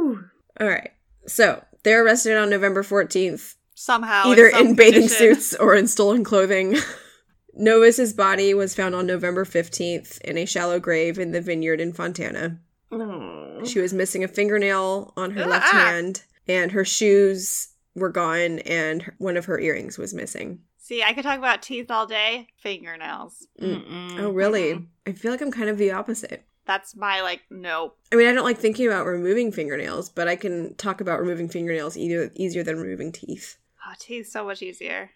Speaker 3: Woo!
Speaker 2: all right. So they're arrested on November 14th,
Speaker 1: Somehow,
Speaker 2: either
Speaker 1: Oh, some
Speaker 2: in bathing
Speaker 1: condition.
Speaker 2: suits or in stolen clothing. Novus's body was found on November 15th in a shallow grave in the vineyard in Fontana.
Speaker 3: Oh.
Speaker 2: She was missing a fingernail on her
Speaker 1: Ugh.
Speaker 2: left hand, and her shoes were gone, and her- one of her earrings was missing.
Speaker 1: See, I could talk about teeth all day. Fingernails.
Speaker 2: Mm.
Speaker 3: Mm-hmm.
Speaker 2: Oh, really? I feel like I'm kind of the opposite.
Speaker 1: That's my like nope.
Speaker 2: I mean, I don't like thinking about removing fingernails, but I can talk about removing fingernails either easier than removing teeth.
Speaker 1: Oh, teeth so much easier.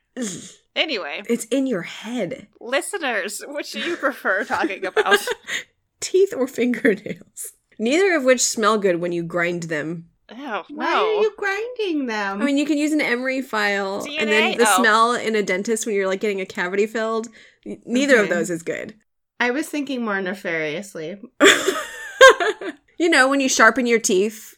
Speaker 1: Anyway,
Speaker 2: It's in your head.
Speaker 1: listeners, which do you prefer talking about?
Speaker 2: Teeth or fingernails? Neither of which smell good when you grind them.
Speaker 1: oh
Speaker 3: Why are
Speaker 1: no.
Speaker 3: you grinding them?
Speaker 2: I mean, you can use an emery file, and then
Speaker 1: DNA?
Speaker 2: the
Speaker 1: Oh.
Speaker 2: smell in a dentist when you're like getting a cavity filled. n- Neither of
Speaker 3: Okay.
Speaker 2: those is good.
Speaker 3: I was thinking more nefariously.
Speaker 2: you know, when you sharpen your teeth.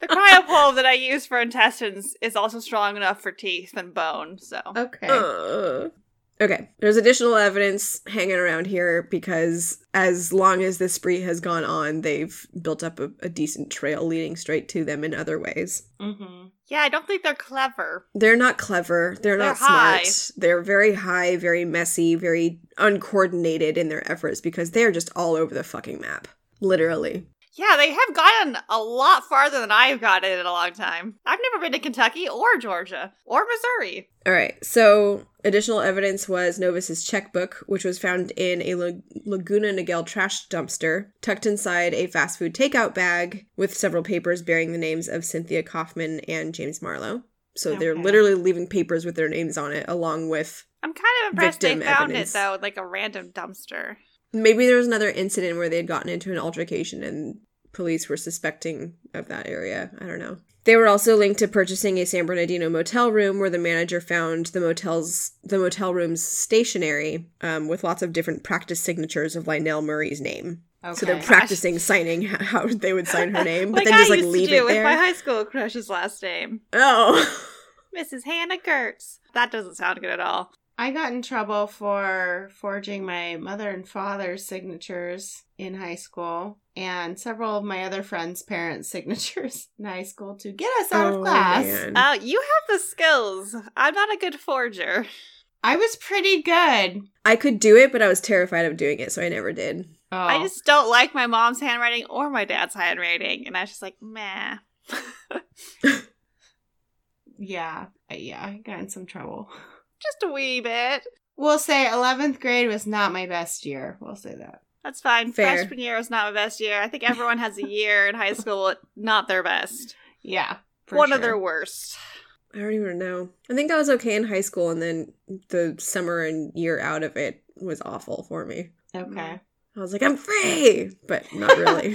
Speaker 1: the cryopole that I use for intestines is also strong enough for teeth and bone. So
Speaker 2: Oh.
Speaker 3: okay.
Speaker 2: Uh. Ugh. Okay, there's additional evidence hanging around here because as long as this spree has gone on, they've built up a, a decent trail leading straight to them in other ways.
Speaker 3: Mm-hmm.
Speaker 1: yeah, I don't think they're clever.
Speaker 2: They're not clever. They're,
Speaker 1: They're
Speaker 2: not
Speaker 1: high.
Speaker 2: smart. They're very high, very messy, very uncoordinated in their efforts because they're just all over the fucking map. Literally.
Speaker 1: Yeah, they have gotten a lot farther than I've gotten in a long time. I've never been to Kentucky or Georgia or Missouri.
Speaker 2: All right. So, additional evidence was Novus's checkbook, which was found in a La- Laguna Niguel trash dumpster, tucked inside a fast food takeout bag with several papers bearing the names of Cynthia Kaufman and James Marlowe. So, they're
Speaker 3: Okay.
Speaker 2: literally leaving papers with their names on it, along with
Speaker 1: I'm kind of impressed they
Speaker 2: Victim
Speaker 1: found
Speaker 2: evidence.
Speaker 1: it though, like a random dumpster.
Speaker 2: maybe there was another incident where they had gotten into an altercation and police were suspecting of that area. I don't know. They were also linked to purchasing a San Bernardino motel room where the manager found the motel's the motel room's stationery um, with lots of different practice signatures of Lionel Murray's name.
Speaker 3: Okay.
Speaker 2: So they're practicing signing h- how they would sign her name, but
Speaker 1: like
Speaker 2: then
Speaker 1: I
Speaker 2: just like
Speaker 1: used
Speaker 2: leave
Speaker 1: to do
Speaker 2: it
Speaker 1: with
Speaker 2: there.
Speaker 1: my high school crush's last name,
Speaker 2: oh.
Speaker 1: Mrs. Hannah Gertz. That doesn't sound good at all.
Speaker 3: I got in trouble for forging my mother and father's signatures in high school and several of my other friends' parents' signatures in high school to get us out
Speaker 2: Oh,
Speaker 3: of class.
Speaker 2: man.
Speaker 1: Oh, you have the skills. I'm not a good forger.
Speaker 3: I was pretty good.
Speaker 2: I could do it, but I was terrified of doing it, so I never did.
Speaker 3: Oh.
Speaker 1: I just don't like my mom's handwriting or my dad's handwriting, and I was just like, meh.
Speaker 3: yeah. I- Yeah, I got in some trouble.
Speaker 1: just a wee bit.
Speaker 3: We'll say 11th grade was not my best year. We'll say that.
Speaker 1: That's fine.
Speaker 2: Fair.
Speaker 1: Freshman year was not my best year. I think everyone has a year in high school not their best.
Speaker 3: Yeah. for
Speaker 1: One
Speaker 3: sure.
Speaker 1: of their worst.
Speaker 2: I don't even know. I think I was okay in high school, and then the summer and year out of it was awful for me.
Speaker 1: Mm.
Speaker 3: Okay.
Speaker 2: I was like, I'm free, but not really.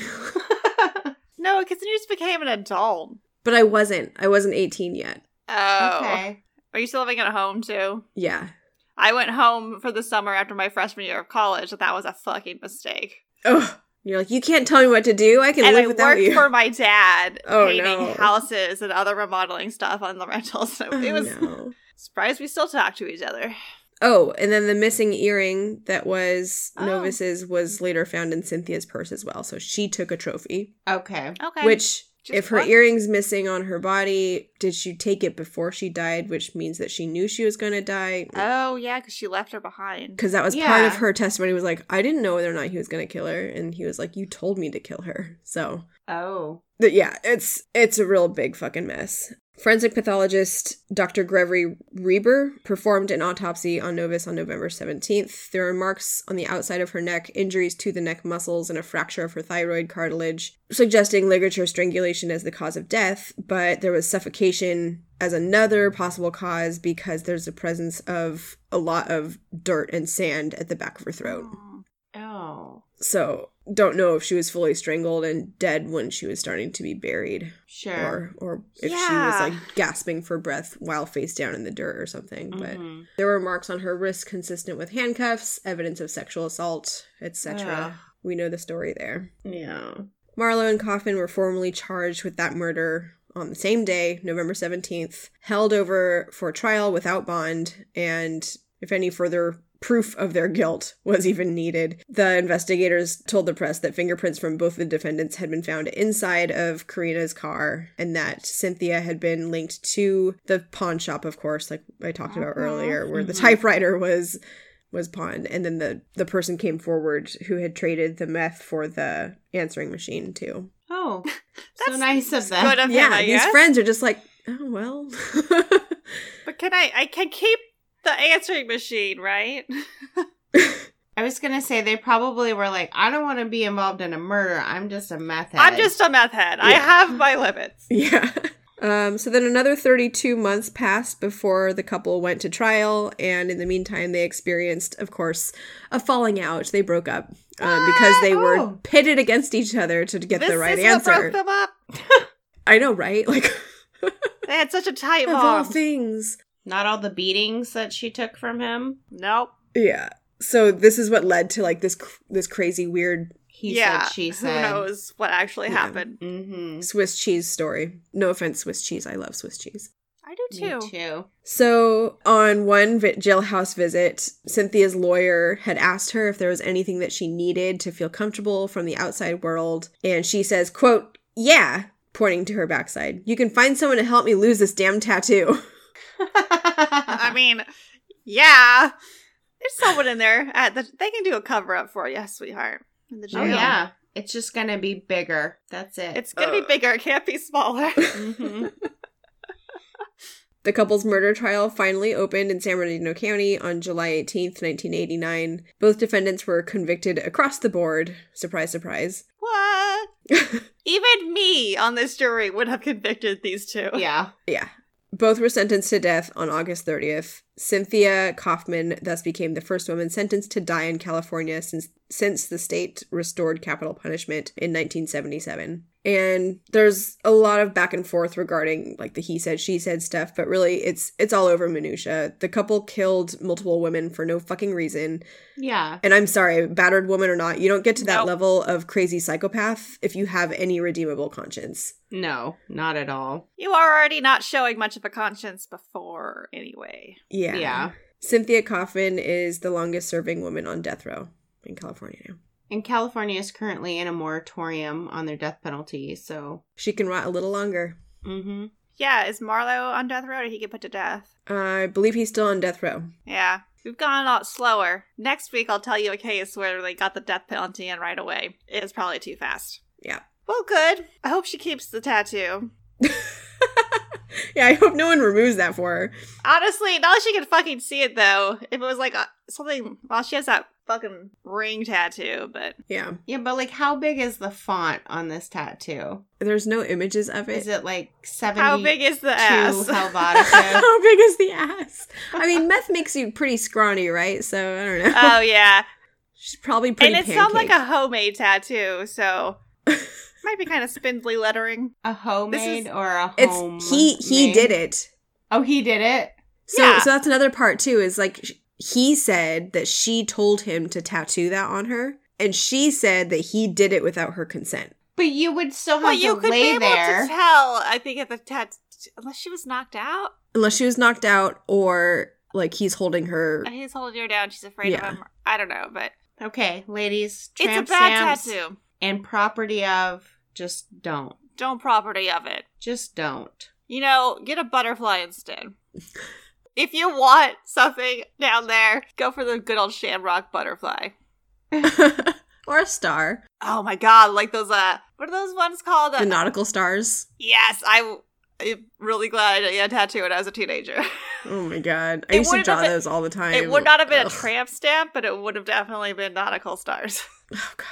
Speaker 1: No, because then you just became an adult.
Speaker 2: but I wasn't. I wasn't 18 yet.
Speaker 1: Oh.
Speaker 3: Okay.
Speaker 1: Are you still living at home too?
Speaker 2: Yeah.
Speaker 1: I went home for the summer after my freshman year of college, and that was a fucking mistake.
Speaker 2: Oh, you're like, you can't tell me what to do. I can
Speaker 1: and
Speaker 2: live
Speaker 1: I
Speaker 2: without
Speaker 1: worked
Speaker 2: you.
Speaker 1: for my dad
Speaker 2: Oh,
Speaker 1: painting
Speaker 2: no.
Speaker 1: houses and other remodeling stuff on the rental. So
Speaker 2: Oh,
Speaker 1: it was
Speaker 2: no.
Speaker 1: surprised we still talk to each other.
Speaker 2: Oh, and then the missing earring that was
Speaker 1: Oh.
Speaker 2: Novus's was later found in Cynthia's purse as well. So she took a trophy.
Speaker 3: Okay.
Speaker 1: Okay.
Speaker 2: Which,
Speaker 1: Just
Speaker 2: if her
Speaker 1: one?
Speaker 2: earring's missing on her body, did she take it before she died? Which means that she knew she was going to die.
Speaker 1: Oh yeah, because she left her behind.
Speaker 2: because that was part of
Speaker 3: Yeah.
Speaker 2: her testimony was like i didn't know whether or not he was going to kill her and he was like you told me to kill her so
Speaker 3: Oh.
Speaker 2: but yeah it's it's a real big fucking mess forensic pathologist dr gregory reber performed an autopsy on novus on november 17th there were marks on the outside of her neck injuries to the neck muscles and a fracture of her thyroid cartilage suggesting ligature strangulation as the cause of death but there was suffocation as another possible cause because there's the presence of a lot of dirt and sand at the back of her throat
Speaker 1: Mm.
Speaker 3: Oh.
Speaker 2: so don't know if she was fully strangled and dead when she was starting to be buried
Speaker 3: Sure.
Speaker 2: or or if
Speaker 1: Yeah.
Speaker 2: she was like gasping for breath while face down in the dirt or something but
Speaker 3: Mhm.
Speaker 2: there were marks on her wrist consistent with handcuffs evidence of sexual assault
Speaker 3: Ugh.
Speaker 2: etc we know the story there
Speaker 3: Yeah.
Speaker 2: Marlowe and Coffin were formally charged with that murder on the same day, November 17th, held over for trial without bond, and if any further proof of their guilt was even needed, the investigators told the press that fingerprints from both the defendants had been found inside of Karina's car and that Cynthia had been linked to the pawn shop, of course, like I talked about
Speaker 3: Uh-huh.
Speaker 2: earlier, where the
Speaker 3: Mhm.
Speaker 2: typewriter was was pawned and then the the person came forward who had traded the meth for the answering machine too
Speaker 3: Oh. so
Speaker 1: That's
Speaker 3: nice of them.
Speaker 1: Good of
Speaker 2: yeah
Speaker 1: him, I
Speaker 2: these
Speaker 1: guess.
Speaker 2: friends are just like oh well
Speaker 1: But can I? I can keep the answering machine, right?
Speaker 3: I was gonna say they probably were like, I don't want to be involved in a murder. I'm just a meth head.
Speaker 1: I'm just a meth head. I
Speaker 2: Yeah.
Speaker 1: have my limits.
Speaker 2: Yeah. Um, so then another 32 months passed before the couple went to trial, and in the meantime, they experienced, of course, a falling out. They broke up um, because they were
Speaker 3: Oh.
Speaker 2: pitted against each other to get
Speaker 1: this
Speaker 2: the right
Speaker 1: is what
Speaker 2: answer.
Speaker 1: broke them up.
Speaker 2: I know, right? Like,
Speaker 1: They had such a tight
Speaker 2: of all
Speaker 1: bond.
Speaker 2: things.
Speaker 3: not all the beatings that she took from him.
Speaker 1: nope.
Speaker 2: Yeah. So this is what led to like this cr- this crazy weird
Speaker 3: He
Speaker 1: yeah.
Speaker 3: said, she said.
Speaker 1: Who knows what actually
Speaker 2: Yeah.
Speaker 1: happened?
Speaker 3: Mm-hmm.
Speaker 2: Swiss cheese story. No offense, Swiss cheese. I love Swiss cheese.
Speaker 1: I do
Speaker 3: Me
Speaker 1: too.
Speaker 3: too.
Speaker 2: So, on one vi- jailhouse visit, Cynthia's lawyer had asked her if there was anything that she needed to feel comfortable from the outside world, and she says, "quote Yeah," pointing to her backside. You can find someone to help me lose this damn tattoo.
Speaker 1: I mean, yeah. There's someone in there. At the, they can do a cover up for you, sweetheart. In the jail.
Speaker 3: oh yeah, it's just gonna be bigger. That's it.
Speaker 1: It's gonna be
Speaker 2: Ugh.
Speaker 1: bigger. It can't be smaller.
Speaker 3: hmm
Speaker 2: The couple's murder trial finally opened in San Bernardino County on July 18th, 1989. Both defendants were convicted across the board. Surprise, surprise.
Speaker 1: what? Even me on this jury would have convicted these two.
Speaker 3: yeah.
Speaker 2: Yeah. Both were sentenced to death on August 30th. Cynthia Kaufman thus became the first woman sentenced to die in California since since the state restored capital punishment in 1977. And there's a lot of back and forth regarding like the he said she said stuff, but really it's it's all over minutia. The couple killed multiple women for no fucking reason.
Speaker 3: Yeah.
Speaker 2: And I'm sorry, battered woman or not, you don't get to that
Speaker 1: Nope.
Speaker 2: level of crazy psychopath if you have any redeemable conscience.
Speaker 3: No, not at all.
Speaker 1: You are already not showing much of a conscience before, anyway.
Speaker 2: Yeah.
Speaker 3: yeah.
Speaker 2: Cynthia Kaufman is the longest serving woman on death row in California now.
Speaker 3: And California is currently in a moratorium on their death penalty, so
Speaker 2: She can rot a little longer.
Speaker 3: hmm
Speaker 1: Yeah, is Marlowe on death row or did he get put to death?
Speaker 2: I believe he's still on death row.
Speaker 1: Yeah. We've gone a lot slower. Next week, I'll tell you a case where they got the death penalty in right away. It was probably too fast.
Speaker 2: Yeah.
Speaker 1: Well, good. I hope she keeps the tattoo.
Speaker 2: Yeah, I hope no one removes that for her.
Speaker 1: Honestly, now she can fucking see it though. If it was like uh, something, well, she has that fucking ring tattoo, but
Speaker 2: Yeah.
Speaker 3: Yeah, but like, how big is the font on this tattoo?
Speaker 2: There's no images of it.
Speaker 3: Is it like seventy?
Speaker 1: how big is the ass?
Speaker 3: Helvetica.
Speaker 2: How big is the ass? I mean, meth makes you pretty scrawny, right? So I don't know.
Speaker 1: oh yeah,
Speaker 2: She's probably pretty.
Speaker 1: and it sounds like a homemade tattoo, so might be kind of spindly lettering.
Speaker 3: a homemade
Speaker 1: This is-
Speaker 3: or a home?
Speaker 2: It's he. He did it.
Speaker 3: Oh, he did it.
Speaker 2: So
Speaker 1: Yeah.
Speaker 2: so that's another part too is like sh- he said that she told him to tattoo that on her and she said that he did it without her consent.
Speaker 3: But you would still have
Speaker 1: Well, you
Speaker 3: to
Speaker 1: could be
Speaker 3: lay
Speaker 1: able
Speaker 3: there.
Speaker 1: to tell. I think at the tattoo, unless she was knocked out,
Speaker 2: Unless she was knocked out or like he's holding her
Speaker 1: he's holding her down. She's afraid
Speaker 2: Yeah.
Speaker 1: of him. I don't know, but
Speaker 3: okay, ladies, tramp
Speaker 1: it's a bad
Speaker 3: stamps
Speaker 1: tattoo.
Speaker 3: and property of just don't,
Speaker 1: Don't property of it.
Speaker 3: just don't.
Speaker 1: You know, get a butterfly instead. if you want something down there, go for the good old shamrock butterfly.
Speaker 2: or a star,
Speaker 1: Oh my god, like those uh what are those ones called?
Speaker 2: the nautical stars.
Speaker 1: yes, I am really glad I didn't get a tattoo when I was a teenager.
Speaker 2: Oh my god. I
Speaker 1: It
Speaker 2: used to
Speaker 1: wouldn't have
Speaker 2: draw
Speaker 1: been-
Speaker 2: those all the time.
Speaker 1: it would not have been a
Speaker 2: Ugh.
Speaker 1: tramp stamp, but it would have definitely been nautical stars.
Speaker 2: Oh god.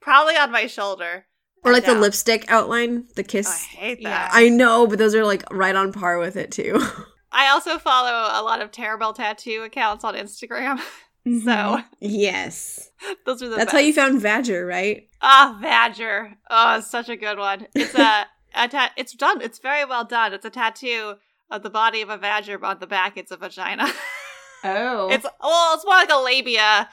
Speaker 1: Probably on my shoulder.
Speaker 2: Or like the
Speaker 1: Yeah.
Speaker 2: lipstick outline, the
Speaker 1: Oh, I
Speaker 2: kiss.
Speaker 1: hate
Speaker 3: Yeah.
Speaker 1: that.
Speaker 2: I know, but those are like right on par with it too.
Speaker 1: I also follow a lot of Terrible tattoo accounts on Instagram.
Speaker 2: Mm-hmm.
Speaker 3: Mhm.
Speaker 2: yes.
Speaker 1: So those are the
Speaker 2: That's
Speaker 1: best.
Speaker 2: how you found Vadger, right?
Speaker 1: Ah, Badger. Oh, it's such a good one. It's a, a ta- it's done. It's very well done. It's a tattoo of the body of a badger, but on the back it's a vagina.
Speaker 3: oh,
Speaker 1: it's well, it's more like a labia.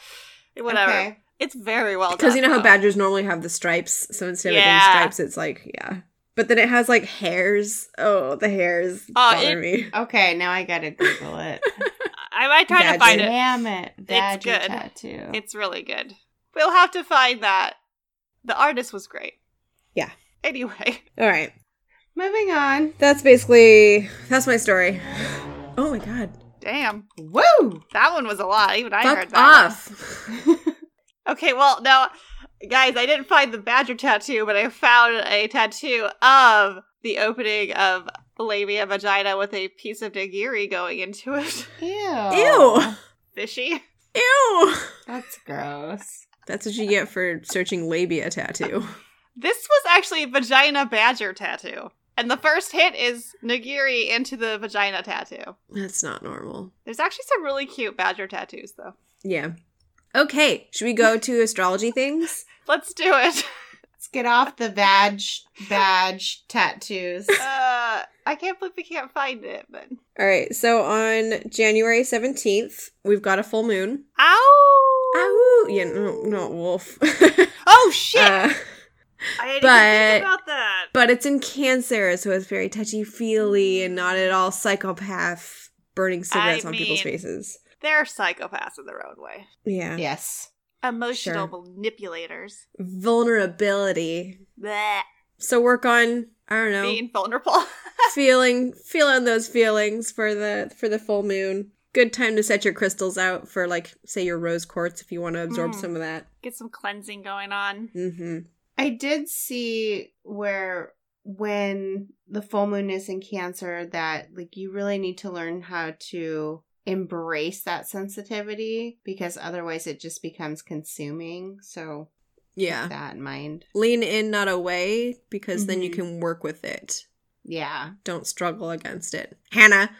Speaker 1: Whatever.
Speaker 3: okay.
Speaker 1: It's very well done.
Speaker 2: Because you know how
Speaker 1: though.
Speaker 2: badgers normally have the stripes, so instead of
Speaker 1: Yeah.
Speaker 2: being stripes, it's like yeah. But then it has like hairs. Oh, the hairs
Speaker 1: Oh,
Speaker 2: bother
Speaker 1: it-
Speaker 2: me.
Speaker 3: Okay, now I gotta Google it.
Speaker 1: I might try to find it.
Speaker 3: Damn it, that's
Speaker 1: good.
Speaker 3: tattoo.
Speaker 1: It's really good. We'll have to find that. The artist was great.
Speaker 2: Yeah.
Speaker 1: Anyway,
Speaker 2: All right,
Speaker 3: Moving on.
Speaker 2: that's basically that's my story. Oh my god,
Speaker 1: damn,
Speaker 3: Woo!
Speaker 1: that one was a lot. Even I
Speaker 2: fuck
Speaker 1: heard that. one.
Speaker 2: off.
Speaker 1: Okay, well, now, guys, I didn't find the badger tattoo, but I found a tattoo of the opening of labia vagina with a piece of nigiri going into it.
Speaker 3: Ew.
Speaker 2: Ew.
Speaker 1: Fishy.
Speaker 2: Ew!
Speaker 3: That's gross.
Speaker 2: That's what you get for searching labia tattoo.
Speaker 1: This was actually vagina badger tattoo. And the first hit is Nagiri into the vagina tattoo.
Speaker 2: That's not normal.
Speaker 1: There's actually some really cute badger tattoos, though.
Speaker 2: Yeah. Okay, should we go to astrology things?
Speaker 1: Let's do it.
Speaker 3: Let's get off the badge badge tattoos.
Speaker 1: Uh, I can't believe we can't find it, but.
Speaker 2: All right, so on January 17th, we've got a full moon.
Speaker 1: Ow!
Speaker 2: Ow! Yeah, no, not wolf.
Speaker 1: Oh, shit!
Speaker 2: Uh,
Speaker 1: I didn't
Speaker 2: but-
Speaker 1: even think about that.
Speaker 2: but it's in Cancer, so it's very touchy feely and not at all psychopath burning cigarettes on people's
Speaker 1: mean-
Speaker 2: faces.
Speaker 1: They're psychopaths in their own way.
Speaker 2: Yeah.
Speaker 3: Yes.
Speaker 1: Emotional
Speaker 2: Sure.
Speaker 1: manipulators.
Speaker 2: Vulnerability.
Speaker 1: Bleh.
Speaker 2: So work on, I don't know,
Speaker 1: Being vulnerable.
Speaker 2: feeling feeling those feelings for the for the full moon. Good time to set your crystals out for like say your rose quartz if you want to absorb
Speaker 1: Mm.
Speaker 2: some of that.
Speaker 1: Get some cleansing going on.
Speaker 2: Mm-hmm.
Speaker 3: I did see where when the full moon is in cancer that like you really need to learn how to embrace that sensitivity because otherwise it just becomes consuming. So
Speaker 2: Yeah.
Speaker 3: keep that in mind.
Speaker 2: Lean in, not away, because then you
Speaker 3: Mhm.
Speaker 2: can work with it.
Speaker 3: Yeah.
Speaker 2: Don't struggle against it. Hannah.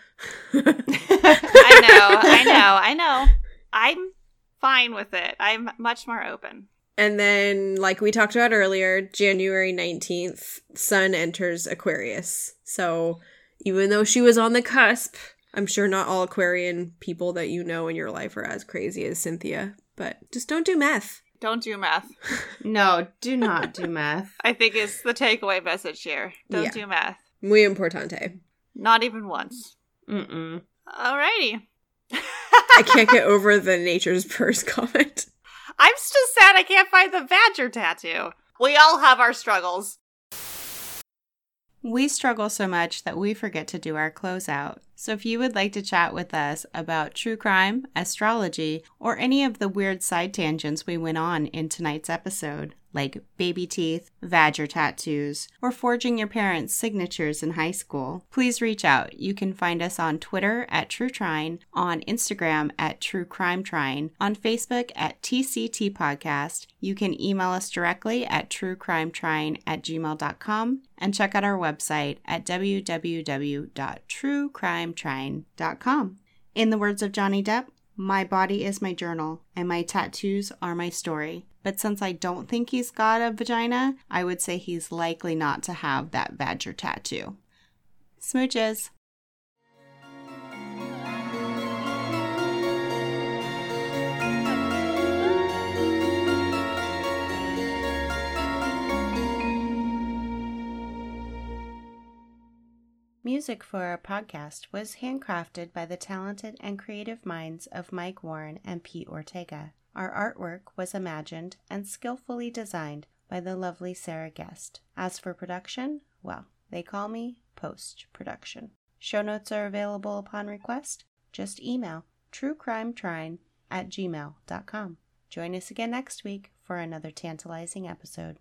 Speaker 1: I know, I know, I know. I'm fine with it. I'm much more open.
Speaker 2: And then, like we talked about earlier, January 19th, Sun enters Aquarius. So, even though she was on the cusp, I'm sure not all Aquarian people that you know in your life are as crazy as Cynthia, but just don't do meth.
Speaker 1: Don't do math.
Speaker 3: no, do not do math.
Speaker 1: I think is the takeaway message here. Don't
Speaker 2: Yeah.
Speaker 1: do math.
Speaker 2: Muy importante.
Speaker 1: Not even once.
Speaker 3: Mm-mm.
Speaker 1: Alrighty.
Speaker 2: I can't get over the nature's purse comment.
Speaker 1: I'm still sad I can't find the badger tattoo. We all have our struggles.
Speaker 3: We struggle so much that we forget to do our closeout. So if you would like to chat with us about true crime, astrology, or any of the weird side tangents we went on in tonight's episode, like baby teeth, badger tattoos, or forging your parents' signatures in high school, please reach out. You can find us on Twitter at True Trine, on Instagram at True Crime Trine, on Facebook at TCT Podcast. You can email us directly at truecrimetrine at gmail.com and check out our website at www.truecrimetrine.com. In the words of Johnny Depp, my body is my journal and my tattoos are my story. But since I don't think he's got a vagina, I would say he's likely not to have that badger tattoo. Smooches. Music for our podcast was handcrafted by the talented and creative minds of Mike Warren and Pete Ortega. Our artwork was imagined and skillfully designed by the lovely Sarah Guest. As for production, well, they call me post production. Show notes are available upon request. Just email truecrimetrine at gmail.com. Join us again next week for another tantalizing episode.